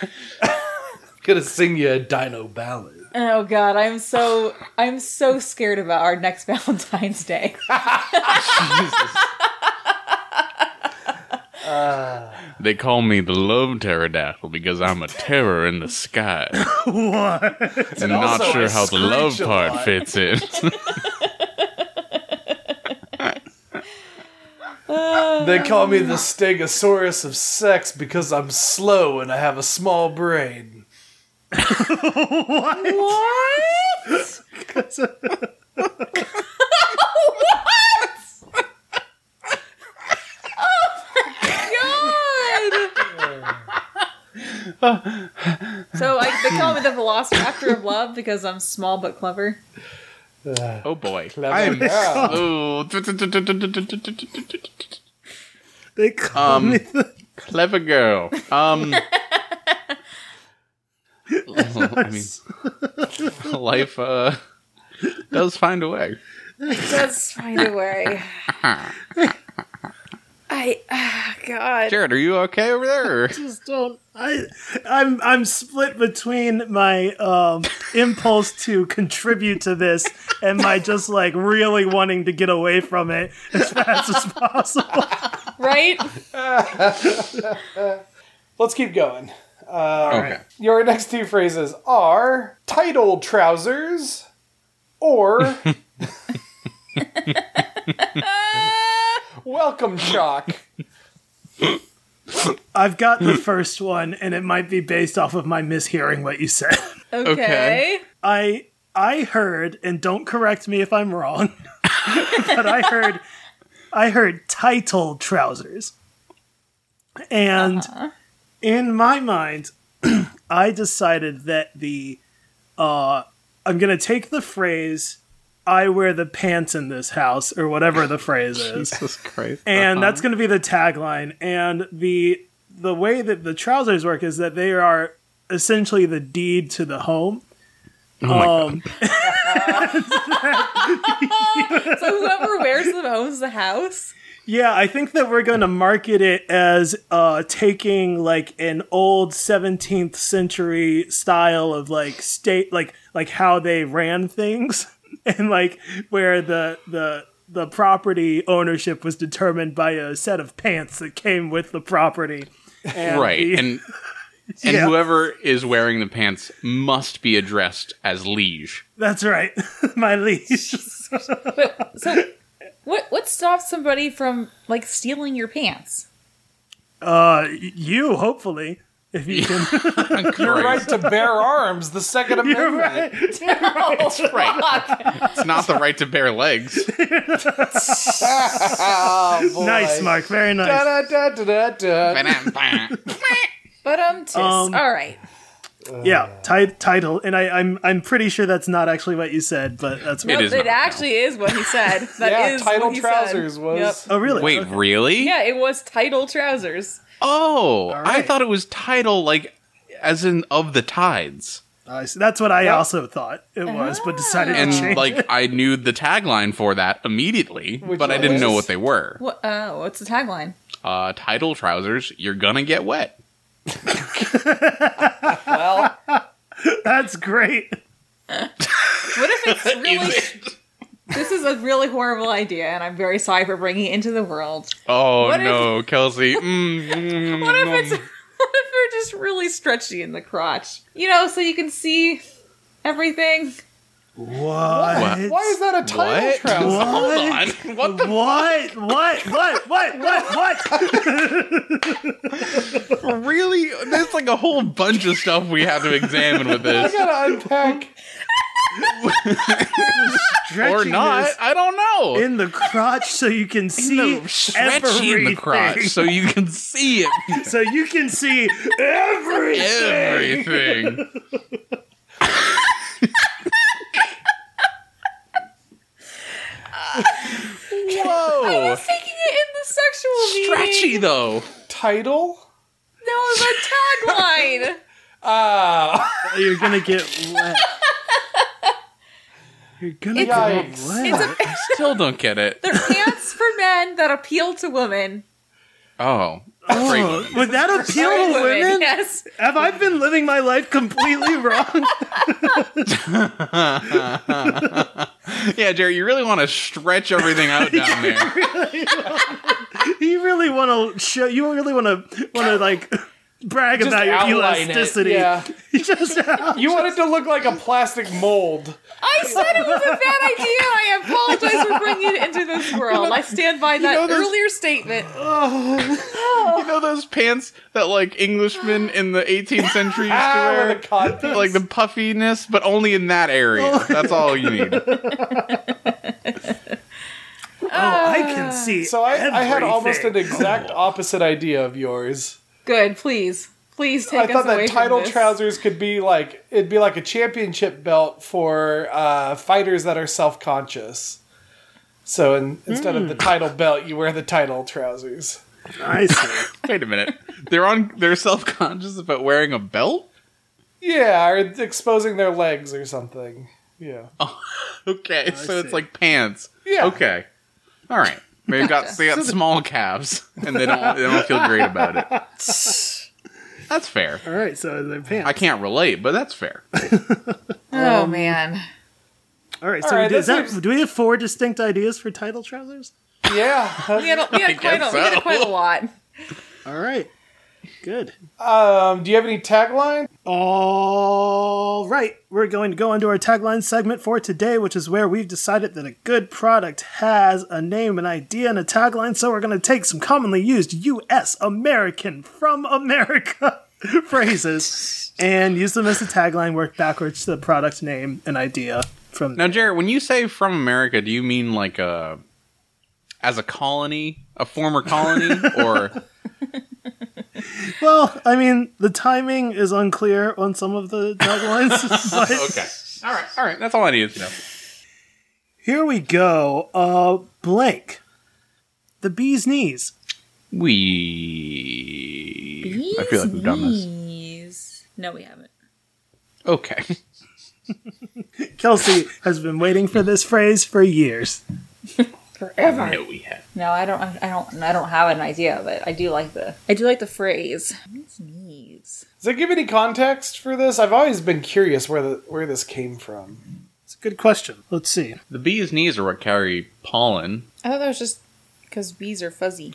[SPEAKER 4] Gonna sing you a dino ballad.
[SPEAKER 3] Oh god, I'm so I'm so scared about our next Valentine's Day.
[SPEAKER 2] They call me the love pterodactyl because I'm a terror in the sky.
[SPEAKER 1] What?
[SPEAKER 2] and not
[SPEAKER 4] also I
[SPEAKER 2] sure how the love
[SPEAKER 4] screech a
[SPEAKER 2] part
[SPEAKER 4] lot.
[SPEAKER 2] fits in.
[SPEAKER 4] They call me the Stegosaurus of sex because I'm slow and I have a small brain.
[SPEAKER 3] What? what? oh my god! so I, they call me the Velociraptor of Love because I'm small but clever.
[SPEAKER 2] oh boy.
[SPEAKER 4] I am
[SPEAKER 2] Oh.
[SPEAKER 1] They call
[SPEAKER 2] Um,
[SPEAKER 1] me the
[SPEAKER 2] Clever girl. Um. I mean, life uh, does find a way.
[SPEAKER 3] does find a way. I, ah, God.
[SPEAKER 2] Jared, are you okay over there? or-
[SPEAKER 1] just don't. I, I'm I'm split between my um, impulse to contribute to this and my just like really wanting to get away from it as fast as possible.
[SPEAKER 3] Right?
[SPEAKER 4] Let's keep going.
[SPEAKER 2] Okay.
[SPEAKER 4] Your next two phrases are title trousers or welcome shock.
[SPEAKER 1] I've got the first one, and it might be based off of my mishearing what you said.
[SPEAKER 3] Okay.
[SPEAKER 2] Okay.
[SPEAKER 1] I I heard, and don't correct me if I'm wrong, but I heard I heard title trousers. And in my mind, I decided that the uh I'm gonna take the phrase I wear the pants in this house, or whatever the phrase is
[SPEAKER 2] Jesus Christ.
[SPEAKER 1] and
[SPEAKER 2] Uh-huh.
[SPEAKER 1] that's going to be the tagline and the the way that the trousers work is that they are essentially the deed to the home um
[SPEAKER 3] So whoever wears them owns the house.
[SPEAKER 1] yeah i think that we're going to market it as uh taking like an old 17th century style of like state like like how they ran things and like where the the the property ownership was determined by a set of pants that came with the property And
[SPEAKER 2] right
[SPEAKER 1] the-
[SPEAKER 2] and and
[SPEAKER 1] Yeah.
[SPEAKER 2] whoever is wearing the pants must be addressed as liege
[SPEAKER 1] That's right. My leash.
[SPEAKER 6] So, what what stops somebody from like stealing your pants?
[SPEAKER 1] Uh, you, hopefully. If you can.
[SPEAKER 4] Your right
[SPEAKER 2] right.
[SPEAKER 4] to bear arms, the Second Amendment.
[SPEAKER 6] Oh,
[SPEAKER 2] it's not the right to bare legs
[SPEAKER 1] nice, Mark. Very nice.
[SPEAKER 4] Da-da-da-da-da.
[SPEAKER 6] But um, tis.
[SPEAKER 1] Um,
[SPEAKER 6] all right.
[SPEAKER 1] Yeah, ti- title. And I, I'm I'm pretty sure that's not actually what you said, but that's what
[SPEAKER 2] It
[SPEAKER 6] Nope,
[SPEAKER 2] is
[SPEAKER 6] it
[SPEAKER 2] not, no.
[SPEAKER 6] actually is what he said. That
[SPEAKER 4] Yeah,
[SPEAKER 6] is
[SPEAKER 4] title
[SPEAKER 6] what he
[SPEAKER 4] trousers
[SPEAKER 6] said.
[SPEAKER 4] was.
[SPEAKER 1] Oh, really?
[SPEAKER 2] wait
[SPEAKER 1] Okay.
[SPEAKER 2] really
[SPEAKER 6] Yep. Yeah, it was title trousers.
[SPEAKER 2] oh i
[SPEAKER 1] right.
[SPEAKER 2] thought it was title like as in of the tides
[SPEAKER 1] I see. That's what I also thought it
[SPEAKER 4] uh-huh.
[SPEAKER 1] was, but decided to
[SPEAKER 2] and
[SPEAKER 1] change.
[SPEAKER 2] like i knew the tagline for that immediately but i didn't know
[SPEAKER 4] was?
[SPEAKER 2] what they were
[SPEAKER 6] What? Uh, what's the tagline?
[SPEAKER 2] uh title trousers you're gonna get wet
[SPEAKER 4] Well,
[SPEAKER 1] that's great.
[SPEAKER 6] What if it's really? this is a really horrible idea, and I'm very sorry for bringing it into the world.
[SPEAKER 2] oh
[SPEAKER 6] What if-
[SPEAKER 2] no kelsey Mm, mm,
[SPEAKER 6] What if
[SPEAKER 2] mm,
[SPEAKER 6] it's? What if they're just really stretchy in the crotch? You know, so you can see everything.
[SPEAKER 1] What?
[SPEAKER 4] why is that a title
[SPEAKER 2] What?
[SPEAKER 4] trouser?
[SPEAKER 1] What?
[SPEAKER 2] Hold on. What the
[SPEAKER 1] What? What? What? What? What? What?
[SPEAKER 2] really? There's like a whole bunch of stuff we have to examine with
[SPEAKER 4] I
[SPEAKER 2] this.
[SPEAKER 4] gotta unpack.
[SPEAKER 2] Or not.
[SPEAKER 1] Stretchiness
[SPEAKER 2] I don't know.
[SPEAKER 1] In the crotch, so you can see
[SPEAKER 2] Stretchy in the crotch
[SPEAKER 1] everything.
[SPEAKER 2] so you can see it.
[SPEAKER 1] so you can see everything.
[SPEAKER 2] Everything. Whoa.
[SPEAKER 6] Taking it in the sexual meaning.
[SPEAKER 2] Oh. Stretchy though.
[SPEAKER 4] Title?
[SPEAKER 6] No, the tagline.
[SPEAKER 4] Uh,
[SPEAKER 1] You're gonna get wet. You're gonna
[SPEAKER 4] Yikes.
[SPEAKER 1] get wet.
[SPEAKER 2] I still don't get it.
[SPEAKER 6] They're pants for men that appeal to women.
[SPEAKER 2] Oh. Great
[SPEAKER 1] Oh,
[SPEAKER 2] women.
[SPEAKER 1] would that appeal
[SPEAKER 6] Sorry,
[SPEAKER 1] to women?
[SPEAKER 6] Yes.
[SPEAKER 1] Have I been living my life completely wrong?
[SPEAKER 2] Yeah, Jerry, you really want to stretch everything out down there.
[SPEAKER 1] you really want to show? You really want to want to like brag
[SPEAKER 4] just
[SPEAKER 1] about your
[SPEAKER 4] outline
[SPEAKER 1] elasticity?
[SPEAKER 4] It. Yeah.
[SPEAKER 1] You just oh,
[SPEAKER 4] You want it to look like a plastic mold.
[SPEAKER 6] I said it was a bad idea. I apologize for bringing it into this world. I stand by that
[SPEAKER 2] know there's-
[SPEAKER 6] earlier statement.
[SPEAKER 2] You know those pants that like Englishmen in the 18th century used to
[SPEAKER 4] Ah, with
[SPEAKER 2] wear?
[SPEAKER 4] a codpiece.
[SPEAKER 2] Like the puffiness, but only in that area. That's all you need.
[SPEAKER 1] oh, I
[SPEAKER 4] Ah.
[SPEAKER 1] can see.
[SPEAKER 4] So I, I had almost an
[SPEAKER 1] everything.
[SPEAKER 4] exact opposite idea of yours.
[SPEAKER 6] Good, please. Please take
[SPEAKER 4] I
[SPEAKER 6] us
[SPEAKER 4] thought
[SPEAKER 6] away
[SPEAKER 4] that title
[SPEAKER 6] from this.
[SPEAKER 4] trousers could be like it'd be like a championship belt for uh, fighters that are self conscious. So in, instead of the title belt, you wear the title trousers.
[SPEAKER 1] I see.
[SPEAKER 2] Wait a minute. They're on. They're self conscious about wearing a belt.
[SPEAKER 4] Yeah, or it's exposing their legs or something. Yeah.
[SPEAKER 2] Okay, so
[SPEAKER 1] see.
[SPEAKER 2] it's like pants.
[SPEAKER 4] Yeah.
[SPEAKER 2] Okay. All right. They've got they got small calves and they don't they don't feel great about it. That's fair.
[SPEAKER 1] All right, so the pants.
[SPEAKER 2] I can't relate, but that's fair.
[SPEAKER 6] Oh man.
[SPEAKER 1] All right,
[SPEAKER 4] All
[SPEAKER 1] so
[SPEAKER 4] right,
[SPEAKER 1] does
[SPEAKER 4] that
[SPEAKER 1] that,
[SPEAKER 4] seems-
[SPEAKER 1] do we have four distinct ideas for title trousers?
[SPEAKER 4] Yeah.
[SPEAKER 6] We had, we had quite, a,
[SPEAKER 2] guess
[SPEAKER 6] we had
[SPEAKER 2] so.
[SPEAKER 6] quite a lot.
[SPEAKER 1] All right, good.
[SPEAKER 4] um, do you have any tagline?
[SPEAKER 1] All right, we're going to go into our tagline segment for today, which is where we've decided that a good product has a name, an idea, and a tagline. So we're going to take some commonly used U.S. American from America phrases and use them as a tagline, work backwards to the product name and idea from
[SPEAKER 2] Now, Jared, when you say from America, do you mean like a as a colony, a former colony, or
[SPEAKER 1] Well, I mean, the timing is unclear on some of the taglines. but
[SPEAKER 2] okay? All right, all right. That's all I needed to know.
[SPEAKER 1] Here we go. Uh, blank. The bee's knees.
[SPEAKER 2] We. I feel like we've done this.
[SPEAKER 3] Bees. No, we haven't.
[SPEAKER 2] Okay.
[SPEAKER 1] Kelsey has been waiting for this phrase for years.
[SPEAKER 3] Forever.
[SPEAKER 2] No, we have.
[SPEAKER 3] No, I don't. I don't. I don't have an idea of it. I do like the. I do like the phrase. Knees.
[SPEAKER 4] Does it give any context for this? I've always been curious where the where this came from.
[SPEAKER 1] It's a good question. Let's see.
[SPEAKER 2] The bee's knees are what carry pollen.
[SPEAKER 6] I thought that was just because bees are fuzzy.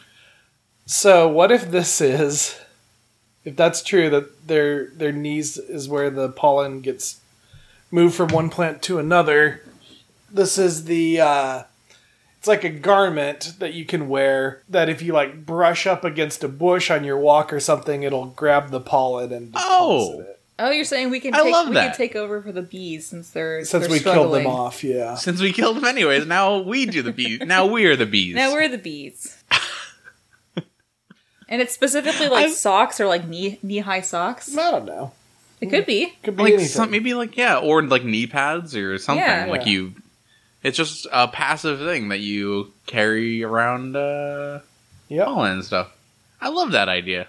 [SPEAKER 4] So what if this is if that's true that their their knees is where the pollen gets moved from one plant to another. This is the uh it's like a garment that you can wear that if you like brush up against a bush on your walk or something, it'll grab the pollen and deposit
[SPEAKER 2] Oh.
[SPEAKER 4] it.
[SPEAKER 3] Oh, you're saying we can
[SPEAKER 2] I
[SPEAKER 3] take
[SPEAKER 2] love
[SPEAKER 3] we
[SPEAKER 2] that.
[SPEAKER 3] can take over for the bees since they're
[SPEAKER 4] Since
[SPEAKER 3] they're
[SPEAKER 4] we killed
[SPEAKER 3] struggling.
[SPEAKER 4] them off, yeah.
[SPEAKER 2] Since we killed them anyways, now we do the bees. Now we are the bees.
[SPEAKER 3] Now we're the bees. and it's specifically like socks or like knee knee high socks.
[SPEAKER 4] I don't know.
[SPEAKER 3] It could be.
[SPEAKER 4] Could be
[SPEAKER 2] like
[SPEAKER 4] anything.
[SPEAKER 2] some, maybe like yeah, or like knee pads or something.
[SPEAKER 3] Yeah.
[SPEAKER 2] Like
[SPEAKER 4] Yeah.
[SPEAKER 2] you, it's just a passive thing that you carry around uh,
[SPEAKER 4] Yep.
[SPEAKER 2] pollen and stuff. I love that idea.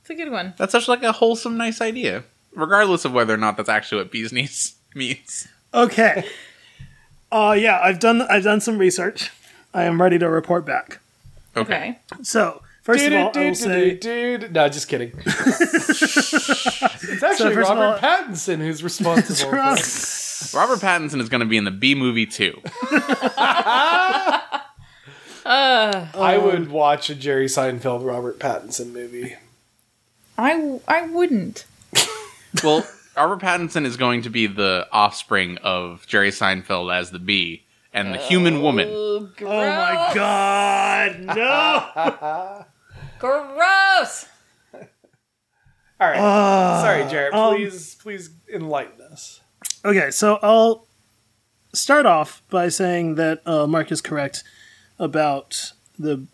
[SPEAKER 3] It's a good one.
[SPEAKER 2] That's such like a wholesome, nice idea, regardless of whether or not that's actually what bees knees means.
[SPEAKER 1] Okay. Uh, yeah, I've done. I've done some research. I am ready to report back.
[SPEAKER 2] Okay.
[SPEAKER 3] Okay.
[SPEAKER 1] So first of all, I will say
[SPEAKER 4] Dude, no, just kidding. it's actually
[SPEAKER 1] first of
[SPEAKER 4] Robert
[SPEAKER 1] all-
[SPEAKER 4] Pattinson who's responsible. for it.
[SPEAKER 2] Robert Pattinson is going to be in the B movie too.
[SPEAKER 4] I
[SPEAKER 1] Um,
[SPEAKER 4] would watch a Jerry Seinfeld Robert Pattinson movie.
[SPEAKER 6] I, I wouldn't.
[SPEAKER 2] Well, Robert Pattinson is going to be the offspring of Jerry Seinfeld as the bee and the human woman.
[SPEAKER 3] Ooh, gross.
[SPEAKER 1] Oh my god, no!
[SPEAKER 3] Gross.
[SPEAKER 4] All right,
[SPEAKER 1] Uh,
[SPEAKER 4] sorry, Jared.
[SPEAKER 1] um,
[SPEAKER 4] Please, please enlighten us.
[SPEAKER 1] Okay, so I'll start off by saying that uh, Mark is correct about the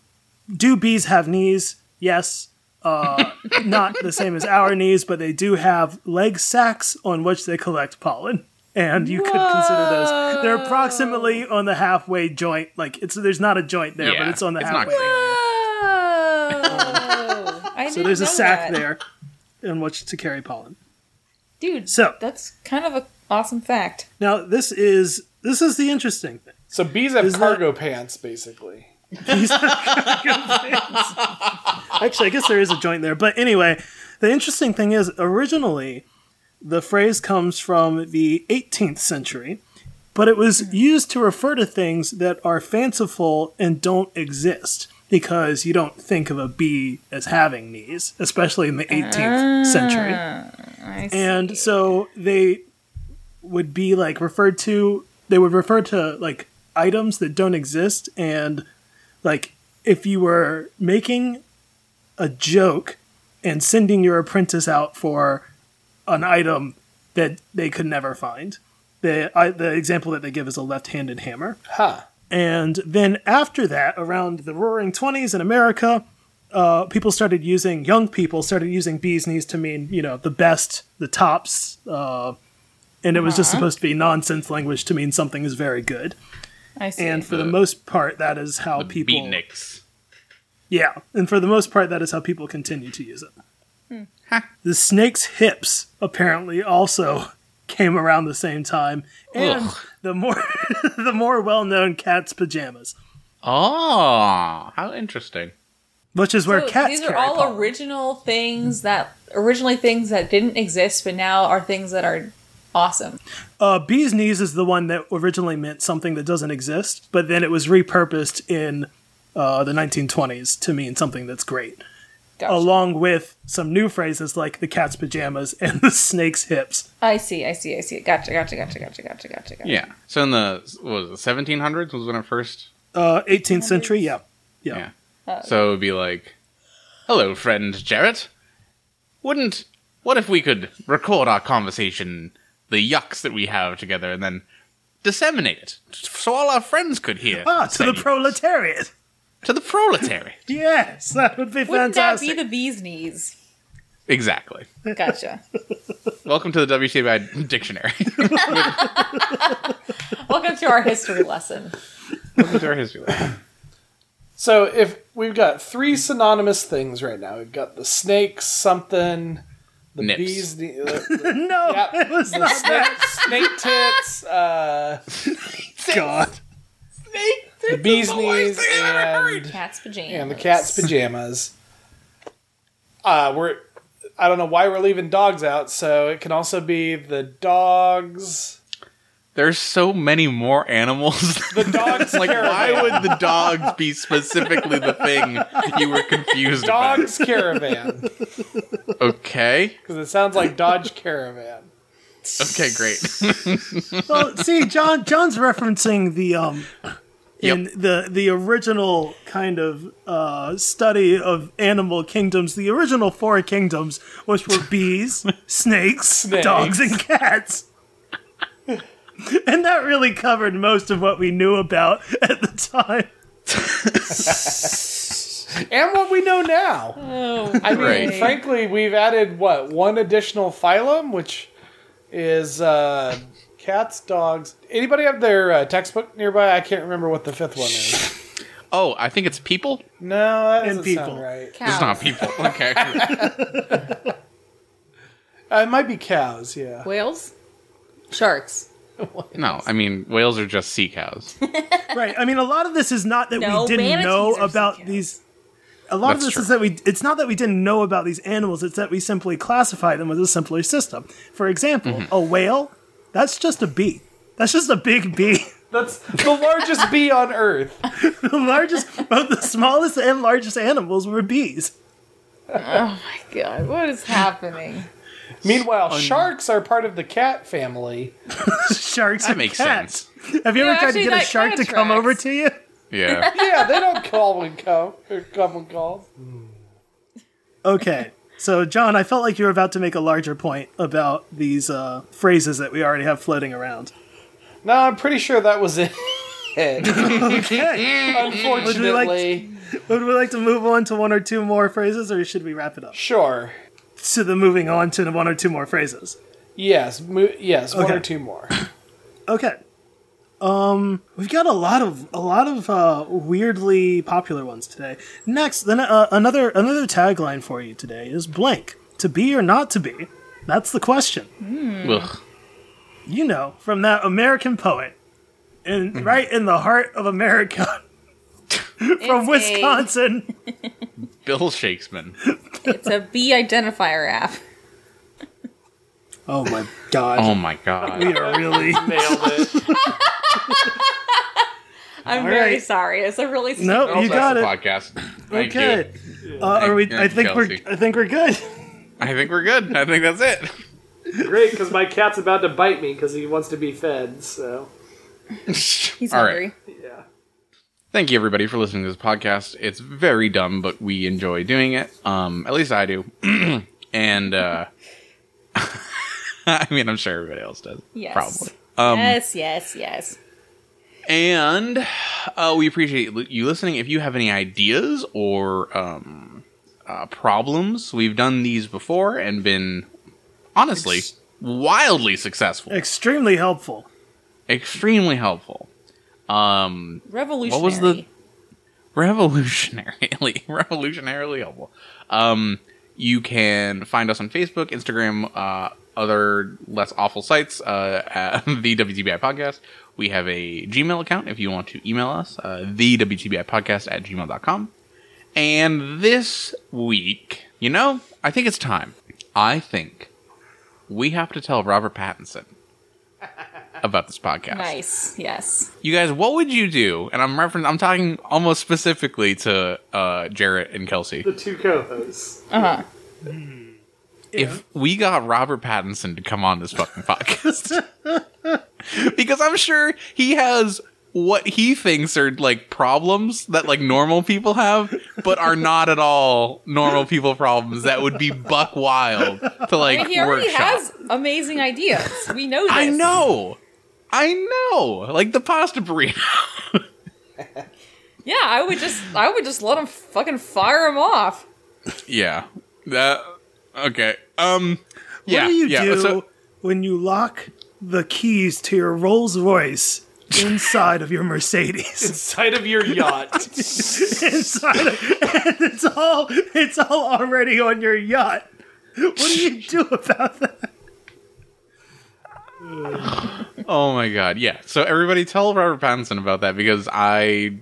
[SPEAKER 1] do bees have knees? Yes. Uh, not the same as our knees, but they do have leg sacs on which they collect pollen. And you could consider those. They're approximately on the halfway joint. Like it's there's not a joint there, but
[SPEAKER 2] Yeah,
[SPEAKER 1] it's on the
[SPEAKER 2] it's not
[SPEAKER 1] halfway.
[SPEAKER 2] clear.
[SPEAKER 6] Oh. I
[SPEAKER 1] So
[SPEAKER 6] didn't
[SPEAKER 1] there's a
[SPEAKER 6] know
[SPEAKER 1] sac
[SPEAKER 6] that.
[SPEAKER 1] there in which to carry pollen.
[SPEAKER 6] Dude,
[SPEAKER 1] So
[SPEAKER 6] that's kind of an awesome fact.
[SPEAKER 1] now this is this is the interesting thing.
[SPEAKER 4] So bees have
[SPEAKER 1] Is that-
[SPEAKER 4] cargo pants, basically.
[SPEAKER 1] Actually, I guess there is a joint there. But anyway, the interesting thing is originally the phrase comes from the 18th century, but it was used to refer to things that are fanciful and don't exist because you don't think of a bee as having knees, especially in the 18th century. And so they would be like referred to, they would refer to like items that don't exist and like if you were making a joke and sending your apprentice out for an item that they could never find. The I, the example that they give is a left-handed hammer.
[SPEAKER 4] Huh.
[SPEAKER 1] And then after that, around the Roaring Twenties in America, uh, people started using young people started using bees knees to mean you know the best, the tops, uh, and it was just supposed to be nonsense language to mean something is very good.
[SPEAKER 6] I see.
[SPEAKER 1] And for the,
[SPEAKER 2] The-
[SPEAKER 1] most part, that is how
[SPEAKER 2] The
[SPEAKER 1] people
[SPEAKER 2] beatniks.
[SPEAKER 1] Yeah, and for the most part, that is how people continue to use it. The snake's hips apparently also came around the same time, and
[SPEAKER 2] Ugh.
[SPEAKER 1] the more the more well-known cat's pajamas,
[SPEAKER 2] Oh, how interesting.
[SPEAKER 1] which is where
[SPEAKER 3] So
[SPEAKER 1] cats
[SPEAKER 3] these are
[SPEAKER 1] carry
[SPEAKER 3] all
[SPEAKER 1] pollen.
[SPEAKER 3] original things that originally things that didn't exist, but now are things that are awesome.
[SPEAKER 1] Uh, bee's knees is the one that originally meant something that doesn't exist, but then it was repurposed in uh, the 1920s to mean something that's great,
[SPEAKER 3] Gotcha.
[SPEAKER 1] along with some new phrases like the cat's pajamas and the snake's hips.
[SPEAKER 3] I see, I see, I see. Gotcha, gotcha, gotcha, gotcha, gotcha, gotcha. gotcha.
[SPEAKER 2] Yeah. So in the what was it, 1700s was when it first.
[SPEAKER 1] Uh, 18th century, yeah. Yeah.
[SPEAKER 2] Yeah. so it would be like, "Hello, friend Jarrett. Wouldn't what if we could record our conversation, the yucks that we have together, and then disseminate it so all our friends could hear?
[SPEAKER 1] Ah, to the
[SPEAKER 2] Say,
[SPEAKER 1] proletariat.
[SPEAKER 2] to the proletariat.
[SPEAKER 1] Yes, that would be
[SPEAKER 3] Wouldn't
[SPEAKER 1] fantastic.
[SPEAKER 3] that be the bee's knees?
[SPEAKER 2] exactly.
[SPEAKER 3] Gotcha.
[SPEAKER 2] Welcome to the WCBI dictionary.
[SPEAKER 3] Welcome to our history lesson.
[SPEAKER 2] Welcome to our history lesson.
[SPEAKER 4] So if we've got three synonymous things right now, we've got the snake something, the
[SPEAKER 2] Nips.
[SPEAKER 4] bees, the, the,
[SPEAKER 1] no,
[SPEAKER 4] Yep.
[SPEAKER 1] it was
[SPEAKER 4] the
[SPEAKER 1] not
[SPEAKER 4] snake, snake tits, uh,
[SPEAKER 1] God.
[SPEAKER 4] the bees knees, and
[SPEAKER 3] Cat's pajamas.
[SPEAKER 4] and the cat's pajamas. Uh, we're I don't know why we're leaving dogs out, so it can also be the dogs.
[SPEAKER 2] There's so many more animals.
[SPEAKER 4] The dogs
[SPEAKER 2] like,
[SPEAKER 4] caravan.
[SPEAKER 2] why would the dogs be specifically the thing you were confused
[SPEAKER 4] dogs caravan
[SPEAKER 2] about? Okay.
[SPEAKER 4] because it sounds like Dodge Caravan.
[SPEAKER 2] Okay, great.
[SPEAKER 1] well, see, John John's referencing the um in
[SPEAKER 2] Yep.
[SPEAKER 1] the the original kind of uh, study of animal kingdoms, the original four kingdoms, which were bees, snakes,
[SPEAKER 4] Snakes.
[SPEAKER 1] dogs, and cats. and that really covered most of what we knew about at the time.
[SPEAKER 4] and what we know now. I mean,
[SPEAKER 2] Right.
[SPEAKER 4] frankly, we've added what one additional phylum, which is uh, cats, dogs. Anybody have their uh, textbook nearby? I can't remember what the fifth one is.
[SPEAKER 2] Oh, I think it's people.
[SPEAKER 4] No, that
[SPEAKER 1] And
[SPEAKER 4] doesn't
[SPEAKER 1] people.
[SPEAKER 4] sound right.
[SPEAKER 3] Cows.
[SPEAKER 2] It's not people. Okay.
[SPEAKER 4] Uh, it might be cows. Yeah,
[SPEAKER 3] Whales? Sharks.
[SPEAKER 2] no, I mean whales are just sea cows.
[SPEAKER 1] Right. I mean, a lot of this is not that
[SPEAKER 3] No,
[SPEAKER 1] we didn't
[SPEAKER 3] manatees
[SPEAKER 1] know
[SPEAKER 3] are sea
[SPEAKER 1] about
[SPEAKER 3] cows.
[SPEAKER 1] these. A lot of
[SPEAKER 2] That's
[SPEAKER 1] this
[SPEAKER 2] true.
[SPEAKER 1] is that we. It's not that we didn't know about these animals. It's that we simply classify them as a simpler system. For example,
[SPEAKER 2] Mm-hmm.
[SPEAKER 1] a whale. That's just a bee. That's just a big bee.
[SPEAKER 4] that's the largest bee on Earth.
[SPEAKER 1] the largest, both the smallest and largest animals were bees.
[SPEAKER 3] God, what is happening?
[SPEAKER 4] Meanwhile, sharks are part of the cat family.
[SPEAKER 1] Sharks.
[SPEAKER 2] That
[SPEAKER 1] and
[SPEAKER 2] makes
[SPEAKER 1] cats.
[SPEAKER 2] sense.
[SPEAKER 1] Have you
[SPEAKER 3] Yeah,
[SPEAKER 1] ever tried
[SPEAKER 3] actually,
[SPEAKER 1] to get a
[SPEAKER 3] that
[SPEAKER 1] shark
[SPEAKER 3] kinda
[SPEAKER 1] to come over
[SPEAKER 3] tracks.
[SPEAKER 1] to you?
[SPEAKER 2] Yeah.
[SPEAKER 4] Yeah, they don't call when come or come when called.
[SPEAKER 1] Okay. So, John, I felt like you were about to make a larger point about these uh, phrases that we already have floating around.
[SPEAKER 4] No, I'm pretty sure that was it.
[SPEAKER 1] Okay.
[SPEAKER 4] Unfortunately,
[SPEAKER 1] Would we like to move on to one or two more phrases, or should we wrap it up?
[SPEAKER 4] sure.
[SPEAKER 1] To the moving on to the one or two more phrases.
[SPEAKER 4] Yes, mo- yes, one
[SPEAKER 1] Okay.
[SPEAKER 4] or two more.
[SPEAKER 1] Okay. Um, we've got a lot of a lot of uh, weirdly popular ones today. Next, then uh, another another tagline for you today is blank to be or not to be. That's the question.
[SPEAKER 2] Ugh.
[SPEAKER 1] You know, from that American poet, and right in the heart of America, from
[SPEAKER 3] It's a-
[SPEAKER 1] Wisconsin.
[SPEAKER 2] Bill Shakespeare.
[SPEAKER 3] It's a bee identifier app.
[SPEAKER 1] Oh my God!
[SPEAKER 2] Oh my god.
[SPEAKER 1] We are really
[SPEAKER 4] Nailed it.
[SPEAKER 3] I'm
[SPEAKER 1] All
[SPEAKER 3] very
[SPEAKER 1] right.
[SPEAKER 3] sorry. It's a really stupid
[SPEAKER 1] no. You
[SPEAKER 2] Also,
[SPEAKER 1] got it.
[SPEAKER 2] that's the Podcast. Thank
[SPEAKER 1] Okay.
[SPEAKER 2] you.
[SPEAKER 1] Uh, are we? I
[SPEAKER 2] Thank
[SPEAKER 1] think we're.
[SPEAKER 2] Kelsey.
[SPEAKER 1] I think we're good.
[SPEAKER 2] I think we're good. I think that's it.
[SPEAKER 4] Great, because my cat's about to bite me because he wants to be fed. So
[SPEAKER 3] He's
[SPEAKER 2] All
[SPEAKER 3] hungry.
[SPEAKER 2] right.
[SPEAKER 4] yeah,
[SPEAKER 2] Thank you everybody for listening to this podcast. It's very dumb, but we enjoy doing it. Um, at least I do. and uh, I mean, I'm sure everybody else does.
[SPEAKER 3] Yes.
[SPEAKER 2] Probably.
[SPEAKER 1] Um,
[SPEAKER 3] yes, yes, yes.
[SPEAKER 2] And uh, we appreciate li- you listening. If you have any ideas or um, uh, problems, we've done these before and been honestly wildly successful,
[SPEAKER 1] Extremely helpful.
[SPEAKER 2] extremely helpful. Um,
[SPEAKER 3] Revolutionary.
[SPEAKER 2] what was the revolutionarily, revolutionarily helpful. Um, you can find us on Facebook, Instagram, uh, other less awful sites, uh, at the WTBI podcast. We have a Gmail account if you want to email us, uh, the WTBI podcast at gmail.com. And this week, you know, I think it's time. I think we have to tell Robert Pattinson about this podcast.
[SPEAKER 6] Nice. Yes.
[SPEAKER 2] You guys, what would you do? And I'm referencing, I'm talking almost specifically to uh, Jarrett and Kelsey.
[SPEAKER 4] The two co-hosts.
[SPEAKER 6] Uh huh.
[SPEAKER 1] Hmm.
[SPEAKER 2] If we got Robert Pattinson to come on this fucking podcast, because I'm sure he has what he thinks are like problems that like normal people have, but are not at all normal people problems that would be buck wild to like
[SPEAKER 3] he already
[SPEAKER 2] workshop.
[SPEAKER 3] has amazing ideas. We know this.
[SPEAKER 2] I know. I know. Like the pasta burrito.
[SPEAKER 3] Yeah, I would just, I would just let him fucking fire him off.
[SPEAKER 2] Yeah. That okay. Um yeah,
[SPEAKER 1] what do you
[SPEAKER 2] yeah.
[SPEAKER 1] do
[SPEAKER 2] So,
[SPEAKER 1] when you lock the keys to your Rolls Royce inside of your Mercedes?
[SPEAKER 4] Inside of your yacht.
[SPEAKER 1] inside, of, and it's all it's all already on your yacht. What do you do about that?
[SPEAKER 2] oh my god. Yeah. So everybody tell Robert Pattinson about that because I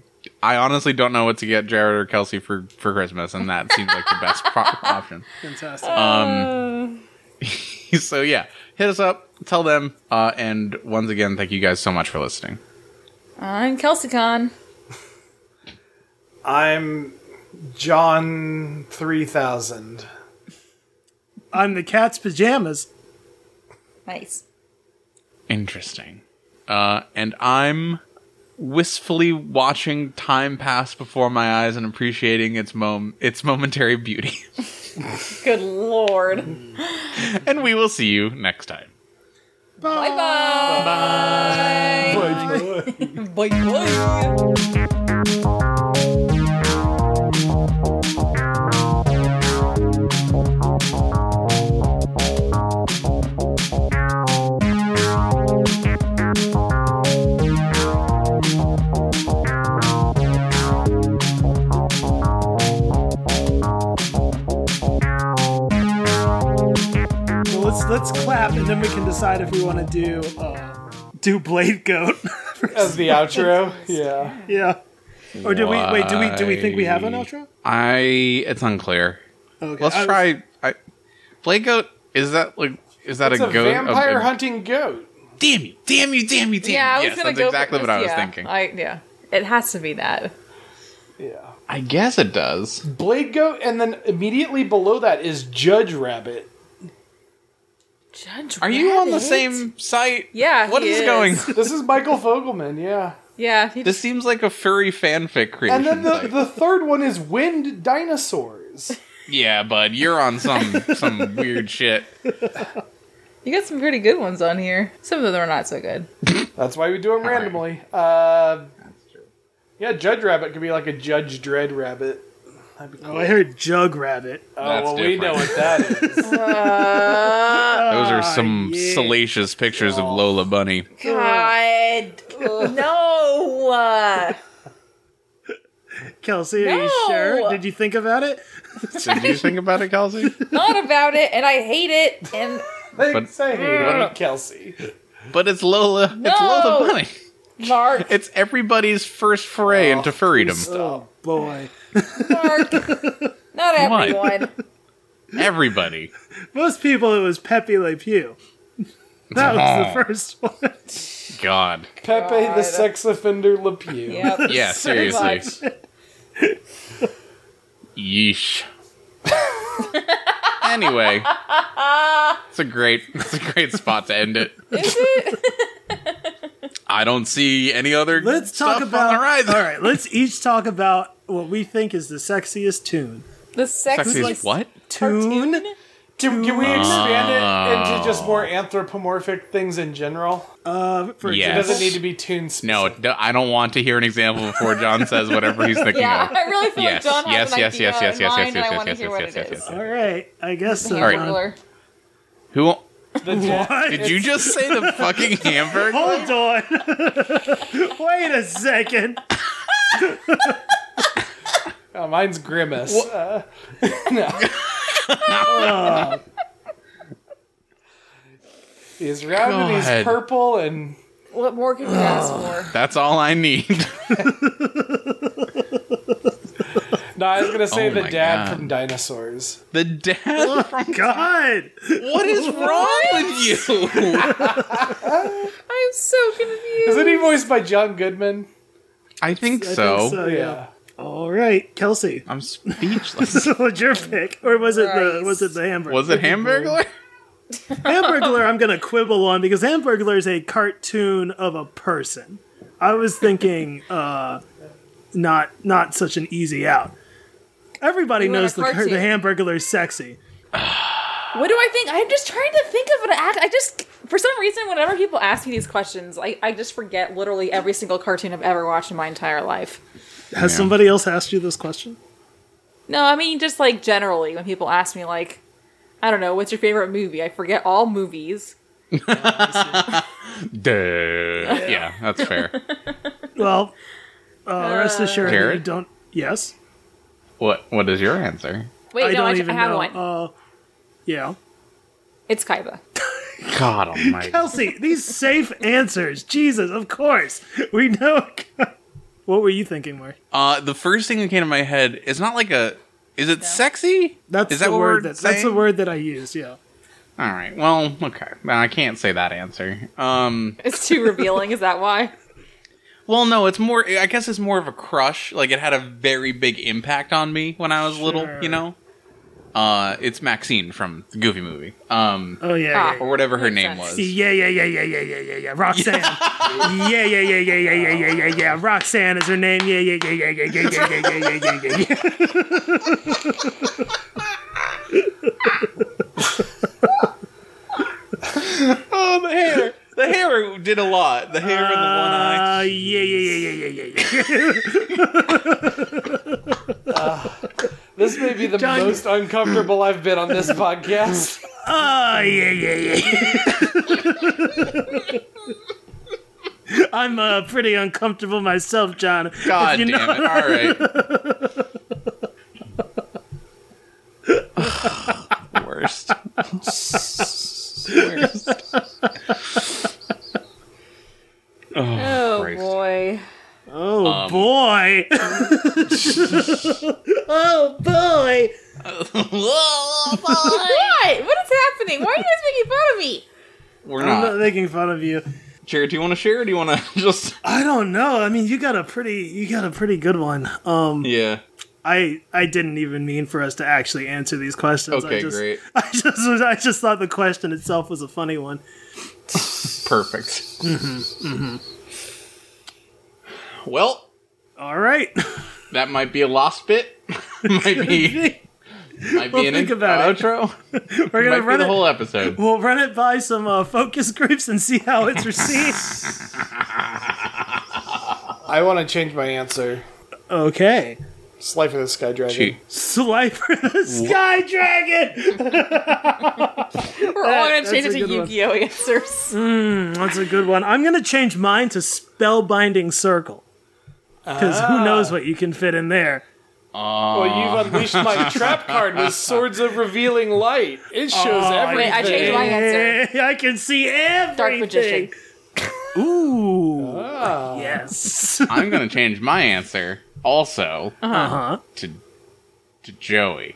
[SPEAKER 2] I honestly don't know what to get Jared or Kelsey for for Christmas and that seems like the best pro- option.
[SPEAKER 1] Fantastic.
[SPEAKER 2] So yeah, hit us up, tell them uh and once again thank you guys so much for listening.
[SPEAKER 3] I'm Kelsey Khan.
[SPEAKER 4] I'm John 3000.
[SPEAKER 1] I'm the cat's pajamas.
[SPEAKER 6] Nice.
[SPEAKER 2] Interesting. Uh, and I'm wistfully watching time pass before my eyes and appreciating its mom its momentary beauty.
[SPEAKER 6] Good lord.
[SPEAKER 2] and we will see you next time.
[SPEAKER 3] Bye bye.
[SPEAKER 6] Bye. Bye.
[SPEAKER 1] Well, let's let's clap and then we can decide if we want to do uh, do Blade Goat.
[SPEAKER 4] As the outro. Yeah.
[SPEAKER 1] yeah. Or do we wait? Do we do we think we have an outro?
[SPEAKER 2] I it's unclear.
[SPEAKER 1] Okay.
[SPEAKER 2] Let's
[SPEAKER 1] I was-
[SPEAKER 2] try I Blake goat is that like is that
[SPEAKER 4] It's
[SPEAKER 2] a
[SPEAKER 4] a,
[SPEAKER 2] goat? of-
[SPEAKER 4] vampire
[SPEAKER 2] of-
[SPEAKER 4] hunting goat.
[SPEAKER 2] Damn you! Damn you! Damn you! Damn
[SPEAKER 3] Yeah, I
[SPEAKER 2] you!
[SPEAKER 3] was
[SPEAKER 2] Yes,
[SPEAKER 3] gonna
[SPEAKER 2] that's
[SPEAKER 3] go
[SPEAKER 2] exactly
[SPEAKER 3] for
[SPEAKER 2] what I was
[SPEAKER 3] yeah,
[SPEAKER 2] thinking. I,
[SPEAKER 3] I yeah, it has to be that.
[SPEAKER 4] Yeah.
[SPEAKER 2] guess it does.
[SPEAKER 4] Blade goat, and then immediately below that is Judge Rabbit.
[SPEAKER 3] Judge
[SPEAKER 2] Are you on the
[SPEAKER 3] Rabbit?
[SPEAKER 2] same site?
[SPEAKER 3] Yeah,
[SPEAKER 2] What
[SPEAKER 3] he
[SPEAKER 2] is going?
[SPEAKER 3] is.
[SPEAKER 4] This is Michael Fogelman, yeah.
[SPEAKER 3] Yeah, he
[SPEAKER 2] This seems like a furry fanfic creation.
[SPEAKER 4] And then the,
[SPEAKER 2] site.
[SPEAKER 4] the third one is Wind Dinosaurs.
[SPEAKER 2] Yeah, bud, you're on some some weird shit.
[SPEAKER 3] You got some pretty good ones on here. Some of them are not so good.
[SPEAKER 4] That's why we do them
[SPEAKER 2] right.
[SPEAKER 4] randomly. Uh, yeah, Judge Rabbit could be like a Judge Dread Rabbit. That'd be cool.
[SPEAKER 1] Oh, I heard Jug Rabbit.
[SPEAKER 4] Oh,
[SPEAKER 2] That's
[SPEAKER 4] well, we
[SPEAKER 2] different.
[SPEAKER 4] know what that is.
[SPEAKER 3] Uh,
[SPEAKER 2] Those are some
[SPEAKER 1] yeah.
[SPEAKER 2] salacious pictures of Lola Bunny.
[SPEAKER 6] God. no.
[SPEAKER 1] Kelsey, are you
[SPEAKER 3] No!
[SPEAKER 1] sure? Did you think about it?
[SPEAKER 2] Did you think about it, Kelsey?
[SPEAKER 3] Not about it, and I hate it. And
[SPEAKER 4] Thanks, I
[SPEAKER 1] Oh,
[SPEAKER 4] hate
[SPEAKER 2] But-
[SPEAKER 4] it, Kelsey.
[SPEAKER 2] But it's Lola. It's
[SPEAKER 3] No!
[SPEAKER 2] Lola Bunny.
[SPEAKER 3] Mark,
[SPEAKER 2] It's everybody's first foray into furrydom.
[SPEAKER 1] Oh boy.
[SPEAKER 3] Mark, not everyone.
[SPEAKER 2] Everybody.
[SPEAKER 1] Most people, it was Pepe Le Pew. That was the first one.
[SPEAKER 2] God.
[SPEAKER 4] Pepe the sex offender Le Pew.
[SPEAKER 3] Yep.
[SPEAKER 2] Yeah, seriously.
[SPEAKER 3] much.
[SPEAKER 2] Yeesh. anyway, it's a great it's a great spot to end it.
[SPEAKER 3] Is it?
[SPEAKER 2] I don't see any other
[SPEAKER 1] Let's
[SPEAKER 2] stuff
[SPEAKER 1] talk about.
[SPEAKER 2] on the horizon.
[SPEAKER 1] All right, let's each talk about what we think is the sexiest tune.
[SPEAKER 3] The sex
[SPEAKER 2] Sexiest
[SPEAKER 3] is
[SPEAKER 2] what?
[SPEAKER 1] Tune.
[SPEAKER 4] Can, can we expand it into
[SPEAKER 2] Ah.
[SPEAKER 4] just more anthropomorphic things in general?
[SPEAKER 1] Uh, for
[SPEAKER 4] It
[SPEAKER 2] Yes.
[SPEAKER 4] doesn't need to be tuned
[SPEAKER 2] No,
[SPEAKER 4] specific.
[SPEAKER 2] no, I don't want to hear an example before John says whatever he's thinking
[SPEAKER 3] Yeah,
[SPEAKER 2] of.
[SPEAKER 3] I really feel
[SPEAKER 2] Yes,
[SPEAKER 3] like John
[SPEAKER 2] yes,
[SPEAKER 3] has an
[SPEAKER 2] yes,
[SPEAKER 3] idea
[SPEAKER 2] yes, yes,
[SPEAKER 3] in
[SPEAKER 2] yes,
[SPEAKER 3] mind,
[SPEAKER 2] yes,
[SPEAKER 3] and I
[SPEAKER 2] yes,
[SPEAKER 3] want to
[SPEAKER 2] yes,
[SPEAKER 3] hear
[SPEAKER 2] yes,
[SPEAKER 3] what
[SPEAKER 2] yes,
[SPEAKER 3] it
[SPEAKER 2] yes,
[SPEAKER 3] is.
[SPEAKER 2] yes.
[SPEAKER 1] All right, I guess.
[SPEAKER 3] Hand
[SPEAKER 1] uh,
[SPEAKER 3] ruler.
[SPEAKER 2] Who
[SPEAKER 4] The ja-
[SPEAKER 1] what?
[SPEAKER 2] did you just say the fucking hamburger?
[SPEAKER 1] Hold on. Wait a second.
[SPEAKER 4] Oh, mine's Grimace. Uh, no. he's round and
[SPEAKER 2] God.
[SPEAKER 4] he's purple and
[SPEAKER 3] What more could you ask for?
[SPEAKER 2] That's all I need.
[SPEAKER 4] no. I was gonna say
[SPEAKER 2] Oh
[SPEAKER 4] the
[SPEAKER 2] my
[SPEAKER 4] dad
[SPEAKER 2] God.
[SPEAKER 4] from Dinosaurs.
[SPEAKER 2] the dad from
[SPEAKER 1] God,
[SPEAKER 2] What is wrong with you?
[SPEAKER 3] I'm so confused.
[SPEAKER 4] Isn't he voiced by John Goodman?
[SPEAKER 2] I think
[SPEAKER 1] I
[SPEAKER 2] so.
[SPEAKER 1] think so. Yeah. All right, Kelsey.
[SPEAKER 2] I'm speechless.
[SPEAKER 1] So what's your pick, or was it the
[SPEAKER 3] Christ.
[SPEAKER 1] was it the hamburger?
[SPEAKER 2] Was it Hamburglar?
[SPEAKER 1] Hamburglar? I'm gonna quibble on because Hamburglar is a cartoon of a person. I was thinking, uh, not not such an easy out. Everybody
[SPEAKER 3] You want
[SPEAKER 1] knows
[SPEAKER 3] a
[SPEAKER 1] the car-
[SPEAKER 3] cartoon.
[SPEAKER 1] the Hamburglar is sexy.
[SPEAKER 3] What do I think? I'm just trying to think of an act. I just, for some reason, whenever people ask me these questions, I, I just forget literally every single cartoon I've ever watched in my entire life.
[SPEAKER 1] Has
[SPEAKER 2] Yeah.
[SPEAKER 1] somebody else asked you this question?
[SPEAKER 3] No, I mean, just like generally, when people ask me, like, I don't know, what's your favorite movie? I forget all movies.
[SPEAKER 2] Duh. Yeah, that's fair.
[SPEAKER 1] Well, uh, rest assured, that you
[SPEAKER 2] Jared?
[SPEAKER 1] don't. Yes,
[SPEAKER 2] What What is your answer?
[SPEAKER 3] Wait,
[SPEAKER 1] I
[SPEAKER 3] no,
[SPEAKER 1] don't
[SPEAKER 3] I,
[SPEAKER 1] even
[SPEAKER 3] I have
[SPEAKER 1] know.
[SPEAKER 3] one.
[SPEAKER 1] Uh, yeah,
[SPEAKER 3] It's Kaiba.
[SPEAKER 2] God almighty.
[SPEAKER 1] Kelsey, these safe answers. Jesus, of course, we know. what were you thinking, Mark?
[SPEAKER 2] Uh, the first thing that came to my head is not like a. Is it sexy?
[SPEAKER 1] That's
[SPEAKER 2] is
[SPEAKER 1] the
[SPEAKER 2] what
[SPEAKER 1] word
[SPEAKER 2] we're
[SPEAKER 1] that, that's the
[SPEAKER 2] saying?
[SPEAKER 1] word that I used. Yeah.
[SPEAKER 2] All right. Well, okay. Well, I can't say that answer. Um.
[SPEAKER 3] It's too revealing. Is that why?
[SPEAKER 2] Well, no. It's more. I guess it's more of a crush. Like it had a very big impact on me when I was little.
[SPEAKER 1] Sure.
[SPEAKER 2] You know. Uh, it's Maxine from the Goofy movie. Um,
[SPEAKER 1] Oh yeah.
[SPEAKER 2] or whatever her name
[SPEAKER 3] sense.
[SPEAKER 2] was.
[SPEAKER 1] yeah. Yeah, yeah, yeah, yeah, yeah, yeah, yeah, yeah. Roxanne. yeah, yeah, yeah, yeah, yeah, yeah, yeah, yeah, yeah. Roxanne is her name. Yeah, yeah, yeah, yeah, yeah, yeah, yeah, yeah, yeah, yeah, yeah, yeah, yeah.
[SPEAKER 2] Oh, the hair. The hair did a lot. The hair and the one eye.
[SPEAKER 1] Uh, yeah, yeah, yeah, yeah, yeah, yeah, yeah.
[SPEAKER 4] This may be the
[SPEAKER 1] John-
[SPEAKER 4] most uncomfortable I've been on this podcast.
[SPEAKER 1] Oh, yeah, yeah, yeah. I'm uh, pretty uncomfortable myself, John.
[SPEAKER 2] God
[SPEAKER 1] If you
[SPEAKER 2] damn it. All right. Worst. Worst.
[SPEAKER 3] Oh
[SPEAKER 2] Christ.
[SPEAKER 3] boy.
[SPEAKER 1] Oh
[SPEAKER 2] Um,
[SPEAKER 1] boy. oh boy.
[SPEAKER 3] What? What is happening? Why are you guys making fun of me?
[SPEAKER 2] We're
[SPEAKER 1] I'm not
[SPEAKER 2] not.
[SPEAKER 1] making fun of you.
[SPEAKER 2] Jared, do you want to share or do you want to just.
[SPEAKER 1] I don't know. I mean, you got a pretty you got a pretty good one. Um
[SPEAKER 2] Yeah.
[SPEAKER 1] I I didn't even mean for us to actually answer these questions. I
[SPEAKER 2] Okay,
[SPEAKER 1] just,
[SPEAKER 2] great.
[SPEAKER 1] I just was, I just thought the question itself was a funny one.
[SPEAKER 2] Perfect. Mm-hmm. Well,
[SPEAKER 1] All right.
[SPEAKER 2] that might be a lost bit. might be. Might
[SPEAKER 1] Well,
[SPEAKER 2] be an
[SPEAKER 1] think
[SPEAKER 2] in-
[SPEAKER 1] about it.
[SPEAKER 2] outro.
[SPEAKER 1] We're going to
[SPEAKER 2] Might be
[SPEAKER 1] run
[SPEAKER 2] the
[SPEAKER 1] it
[SPEAKER 2] whole episode.
[SPEAKER 1] We'll run it by some uh, focus groups and see how it's received.
[SPEAKER 4] I want to change my answer.
[SPEAKER 1] okay.
[SPEAKER 4] Slife of the Sky Dragon.
[SPEAKER 2] Shoot.
[SPEAKER 1] Slifer the Sky Dragon.
[SPEAKER 3] We're all gonna
[SPEAKER 1] that's
[SPEAKER 3] change
[SPEAKER 1] a
[SPEAKER 3] it to
[SPEAKER 1] good one.
[SPEAKER 3] Yu-Gi-Oh answers.
[SPEAKER 1] That's a good one. I'm going to change mine to Spellbinding Circle. Because
[SPEAKER 3] Ah.
[SPEAKER 1] who knows what you can fit in there.
[SPEAKER 2] Uh,
[SPEAKER 4] Well, Oh, you've unleashed my trap card with Swords of Revealing Light. It shows everything.
[SPEAKER 3] Wait, I changed my answer.
[SPEAKER 1] Hey, I can see everything.
[SPEAKER 3] Dark magician.
[SPEAKER 1] Ooh.
[SPEAKER 4] Ah.
[SPEAKER 1] Yes.
[SPEAKER 2] I'm gonna change my answer also
[SPEAKER 1] Uh huh.
[SPEAKER 2] to to Joey.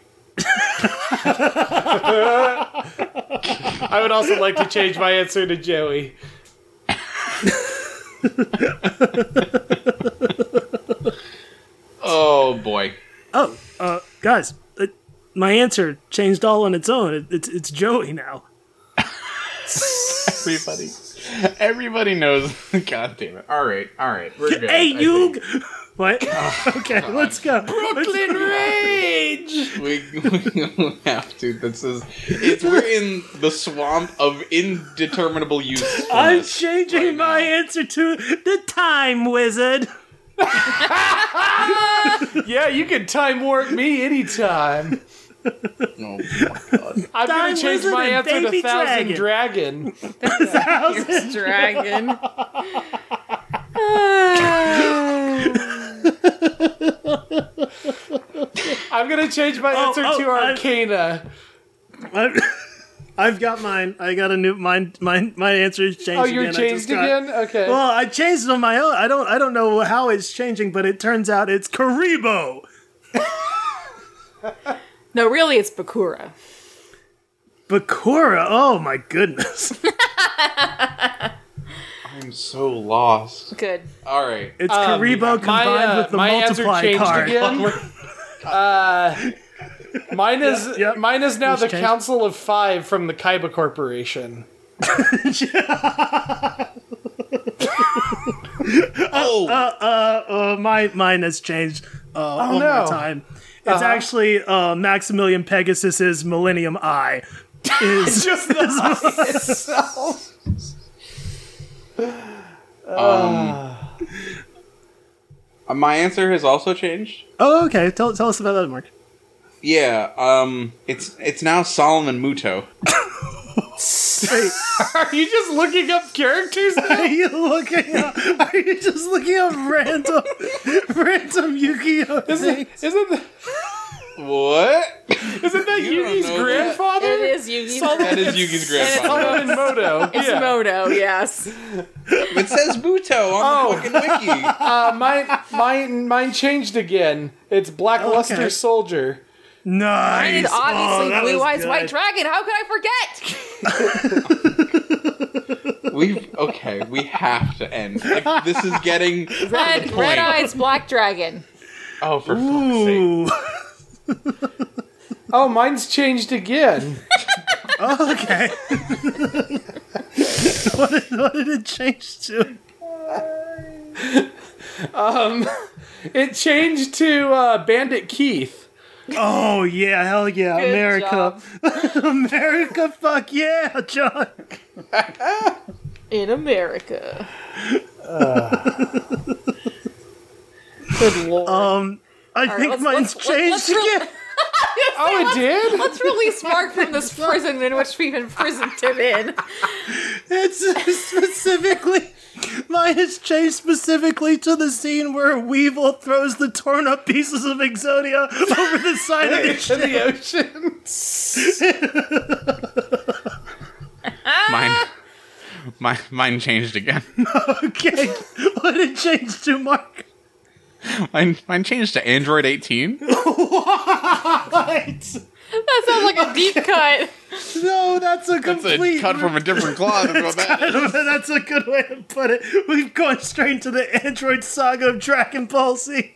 [SPEAKER 4] I would also like to change my answer to Joey.
[SPEAKER 2] Oh boy.
[SPEAKER 1] Oh, uh, guys, uh, my answer changed all on its own. It, it's it's Joey now.
[SPEAKER 2] Everybody Everybody knows God damn it. Alright, alright. We're good.
[SPEAKER 1] Hey,
[SPEAKER 2] I
[SPEAKER 1] you. What? okay, let's go. Brooklyn
[SPEAKER 2] think. We, we have to. This is it's we're in the swamp of indeterminable use.
[SPEAKER 1] I'm changing
[SPEAKER 2] Right
[SPEAKER 1] my
[SPEAKER 2] now.
[SPEAKER 1] answer to the time wizard.
[SPEAKER 4] Yeah, you can time warp me anytime.
[SPEAKER 2] Oh my god.
[SPEAKER 1] Time
[SPEAKER 4] I'm going to change
[SPEAKER 1] Wizard
[SPEAKER 4] my
[SPEAKER 1] and
[SPEAKER 4] answer
[SPEAKER 1] Baby
[SPEAKER 4] to Thousand Dragon.
[SPEAKER 3] Dragon.
[SPEAKER 4] I'm gonna change my
[SPEAKER 1] Oh,
[SPEAKER 4] answer
[SPEAKER 1] oh,
[SPEAKER 4] to
[SPEAKER 1] I-
[SPEAKER 4] Arcana.
[SPEAKER 1] I- I've got mine. I got a new mine. Mine. My answer's changed.
[SPEAKER 4] oh, you're
[SPEAKER 1] again. I just
[SPEAKER 4] changed
[SPEAKER 1] got-
[SPEAKER 4] again. Okay.
[SPEAKER 1] Well, I changed it on my own. I don't. I don't know how it's changing, but it turns out it's Karibo.
[SPEAKER 6] No, really, it's Bakura.
[SPEAKER 1] Bakura. Oh my goodness.
[SPEAKER 2] I'm so lost.
[SPEAKER 6] Good.
[SPEAKER 2] All right.
[SPEAKER 1] It's Karibo combined
[SPEAKER 4] Um, my, uh,
[SPEAKER 1] with the
[SPEAKER 4] my answer
[SPEAKER 1] multiply
[SPEAKER 4] changed
[SPEAKER 1] card.
[SPEAKER 4] again. Uh, mine is
[SPEAKER 1] yep.
[SPEAKER 4] mine is now
[SPEAKER 1] It's
[SPEAKER 4] the
[SPEAKER 1] changed.
[SPEAKER 4] Council of Five from the Kaiba Corporation.
[SPEAKER 2] Oh,
[SPEAKER 1] Uh, mine. Mine has changed. Uh, one
[SPEAKER 4] Oh, no. Uh-huh.
[SPEAKER 1] more time. It's actually uh, Maximilian Pegasus's Millennium Eye. Is
[SPEAKER 4] Just the
[SPEAKER 2] Uh, my answer has also changed.
[SPEAKER 1] oh okay. Tell tell us about that, Mark.
[SPEAKER 2] Yeah. Um. It's it's now Solomon Muto.
[SPEAKER 4] Are you just looking up characters?
[SPEAKER 1] Are you looking up? Are you just looking up random, random Yu-Gi-Oh things?
[SPEAKER 4] Isn't that,
[SPEAKER 2] What?
[SPEAKER 4] isn't that
[SPEAKER 2] You don't
[SPEAKER 4] Yugi's
[SPEAKER 2] know that.
[SPEAKER 4] grandfather?
[SPEAKER 6] It is Yugi.
[SPEAKER 2] That is Yugi's grandfather.
[SPEAKER 4] Solomon Moto.
[SPEAKER 6] It's
[SPEAKER 4] yeah.
[SPEAKER 6] Moto, yes.
[SPEAKER 2] It says Muto on the fucking wiki.
[SPEAKER 1] Oh.
[SPEAKER 4] Uh, mine, mine, mine changed again. It's Blackluster
[SPEAKER 1] Okay.
[SPEAKER 4] Soldier.
[SPEAKER 1] Nice.
[SPEAKER 6] And
[SPEAKER 1] Oh,
[SPEAKER 6] obviously
[SPEAKER 1] that
[SPEAKER 6] Blue
[SPEAKER 1] was
[SPEAKER 6] Eyes
[SPEAKER 1] good.
[SPEAKER 6] White Dragon. How could I forget?
[SPEAKER 2] We okay. We have to end. Like, this is getting.
[SPEAKER 6] Red, Red Eyes Black Dragon.
[SPEAKER 2] Oh, for fuck's sake!
[SPEAKER 1] Ooh.
[SPEAKER 4] Oh, mine's changed again.
[SPEAKER 1] Okay. what, did, what did it change to?
[SPEAKER 4] It changed to uh, Bandit Keith.
[SPEAKER 1] Oh yeah, hell yeah, America, America, fuck yeah, John.
[SPEAKER 5] in America. Good lord.
[SPEAKER 1] I think
[SPEAKER 6] let's-
[SPEAKER 1] mine's
[SPEAKER 6] let's- let's-
[SPEAKER 1] changed
[SPEAKER 6] let's
[SPEAKER 1] again.
[SPEAKER 4] Oh, it did.
[SPEAKER 6] Let's release Mark from this prison in which we've imprisoned him in.
[SPEAKER 1] It's specifically. Mine has changed specifically to the scene where Weevil throws the torn up pieces of Exodia over the side of the
[SPEAKER 4] In the ocean.
[SPEAKER 2] Mine, mine, mine changed again.
[SPEAKER 1] Okay, what did it change to, Mark?
[SPEAKER 2] Mine, mine changed to Android 18.
[SPEAKER 6] That sounds like a deep cut.
[SPEAKER 1] No, that's a
[SPEAKER 2] That's a
[SPEAKER 1] complete.
[SPEAKER 2] cut from a different cloth. is what that is.
[SPEAKER 1] That's a good way to put it. We've gone straight to the Android saga of Dragon Ball Z.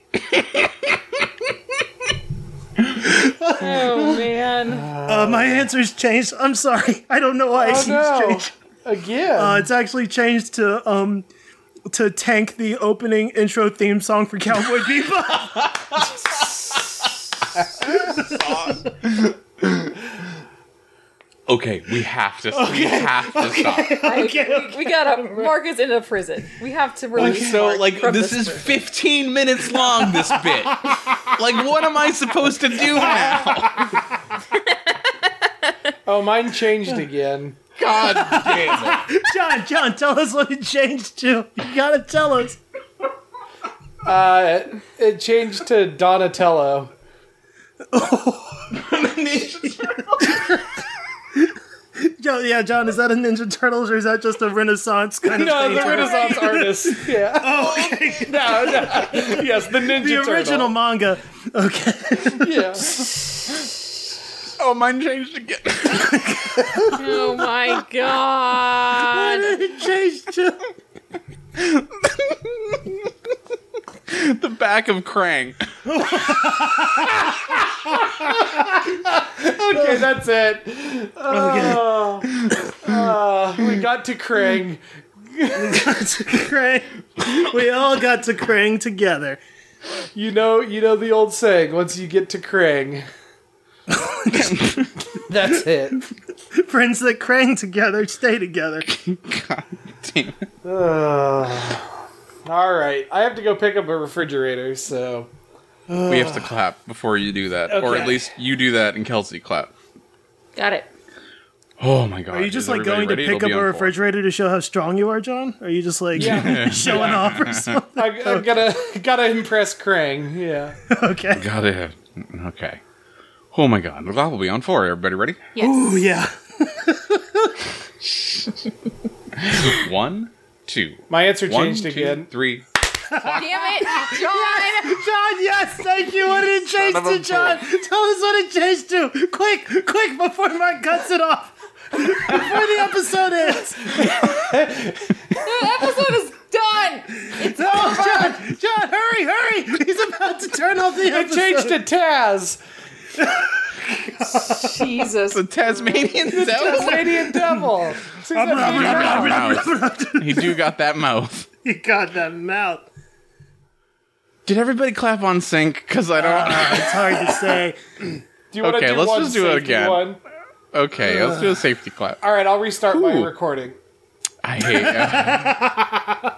[SPEAKER 6] Oh, man.
[SPEAKER 1] Uh, my answer's changed. I'm sorry. I don't know why
[SPEAKER 4] Oh
[SPEAKER 1] it's
[SPEAKER 4] no.
[SPEAKER 1] changed.
[SPEAKER 4] Again.
[SPEAKER 1] Uh, it's actually changed to um to tank the opening intro theme song for Cowboy Bebop.
[SPEAKER 2] Okay, we have to. We have to stop.
[SPEAKER 1] okay.
[SPEAKER 3] We gotta. Mark is in a prison. We have to release.
[SPEAKER 2] So,
[SPEAKER 3] Mark
[SPEAKER 2] like,
[SPEAKER 3] from
[SPEAKER 2] this
[SPEAKER 3] this
[SPEAKER 2] is
[SPEAKER 3] prison.
[SPEAKER 2] 15 minutes long. This bit. Like, what am I supposed to do now?
[SPEAKER 4] oh, mine changed again.
[SPEAKER 2] God damn it!
[SPEAKER 1] John, John, tell us what it changed to. You gotta tell us.
[SPEAKER 4] Uh, it changed to Donatello.
[SPEAKER 1] Yo, yeah, John, is that a Ninja Turtles or is that just a Renaissance kind of
[SPEAKER 4] No,
[SPEAKER 1] thing?
[SPEAKER 4] the Renaissance artist. Yeah.
[SPEAKER 1] Okay.
[SPEAKER 4] No, no. Yes, the Ninja
[SPEAKER 1] the
[SPEAKER 4] Turtle.
[SPEAKER 1] original manga. Okay.
[SPEAKER 4] Yeah.
[SPEAKER 2] Oh, mine changed again.
[SPEAKER 6] Oh, my God.
[SPEAKER 1] it changed to.
[SPEAKER 2] the back of Krang.
[SPEAKER 4] Okay, that's it. Oh. Uh, we got to Krang.
[SPEAKER 1] to Krang. We all got to Krang together.
[SPEAKER 4] You know, you know the old saying: once you get to Krang, that's it.
[SPEAKER 1] Friends that Krang together stay together.
[SPEAKER 2] God damn it.
[SPEAKER 4] Uh, all right, I have to go pick up a refrigerator. So,
[SPEAKER 2] We have to clap before you do that, or
[SPEAKER 4] Okay.
[SPEAKER 2] at least you do that and Kelsey clap.
[SPEAKER 6] Got it.
[SPEAKER 2] Oh my god!
[SPEAKER 1] Are you just like going to pick up a refrigerator to show how strong you are, John? Are you just like showing off or something?
[SPEAKER 4] I, I gotta gotta impress Krang. Yeah.
[SPEAKER 1] Okay.
[SPEAKER 2] Gotta have. Okay. Oh my god, the clock will be on four. Everybody ready?
[SPEAKER 6] Yes.
[SPEAKER 4] Ooh, yeah.
[SPEAKER 2] One, two.
[SPEAKER 4] My answer
[SPEAKER 2] One,
[SPEAKER 4] changed
[SPEAKER 2] two,
[SPEAKER 4] again.
[SPEAKER 2] three.
[SPEAKER 6] Damn it, John!
[SPEAKER 1] John, yes, thank you. What did it change
[SPEAKER 2] of a
[SPEAKER 1] to, John? Tell us what it changed to. Quick, quick, before Mark cuts it off. Before the episode ends.
[SPEAKER 6] the episode is done.
[SPEAKER 1] No, John, John, hurry, hurry. He's about to turn off the
[SPEAKER 4] It
[SPEAKER 1] episode.
[SPEAKER 4] changed to Taz.
[SPEAKER 6] Jesus.
[SPEAKER 2] The Tasmanian devil.
[SPEAKER 4] Tasmanian Devil. See, that
[SPEAKER 2] Got
[SPEAKER 4] video?
[SPEAKER 2] mouth. he do got that mouth.
[SPEAKER 1] You got that mouth.
[SPEAKER 2] Did everybody clap on sync? Because I don't.
[SPEAKER 1] It's hard to say.
[SPEAKER 4] Do you wanna
[SPEAKER 2] Okay,
[SPEAKER 4] do
[SPEAKER 2] let's
[SPEAKER 4] one
[SPEAKER 2] just do it
[SPEAKER 4] safety
[SPEAKER 2] again.
[SPEAKER 4] One?
[SPEAKER 2] Okay, let's do a safety clap.
[SPEAKER 4] All right, I'll restart my
[SPEAKER 2] Ooh.
[SPEAKER 4] recording.
[SPEAKER 2] I hate.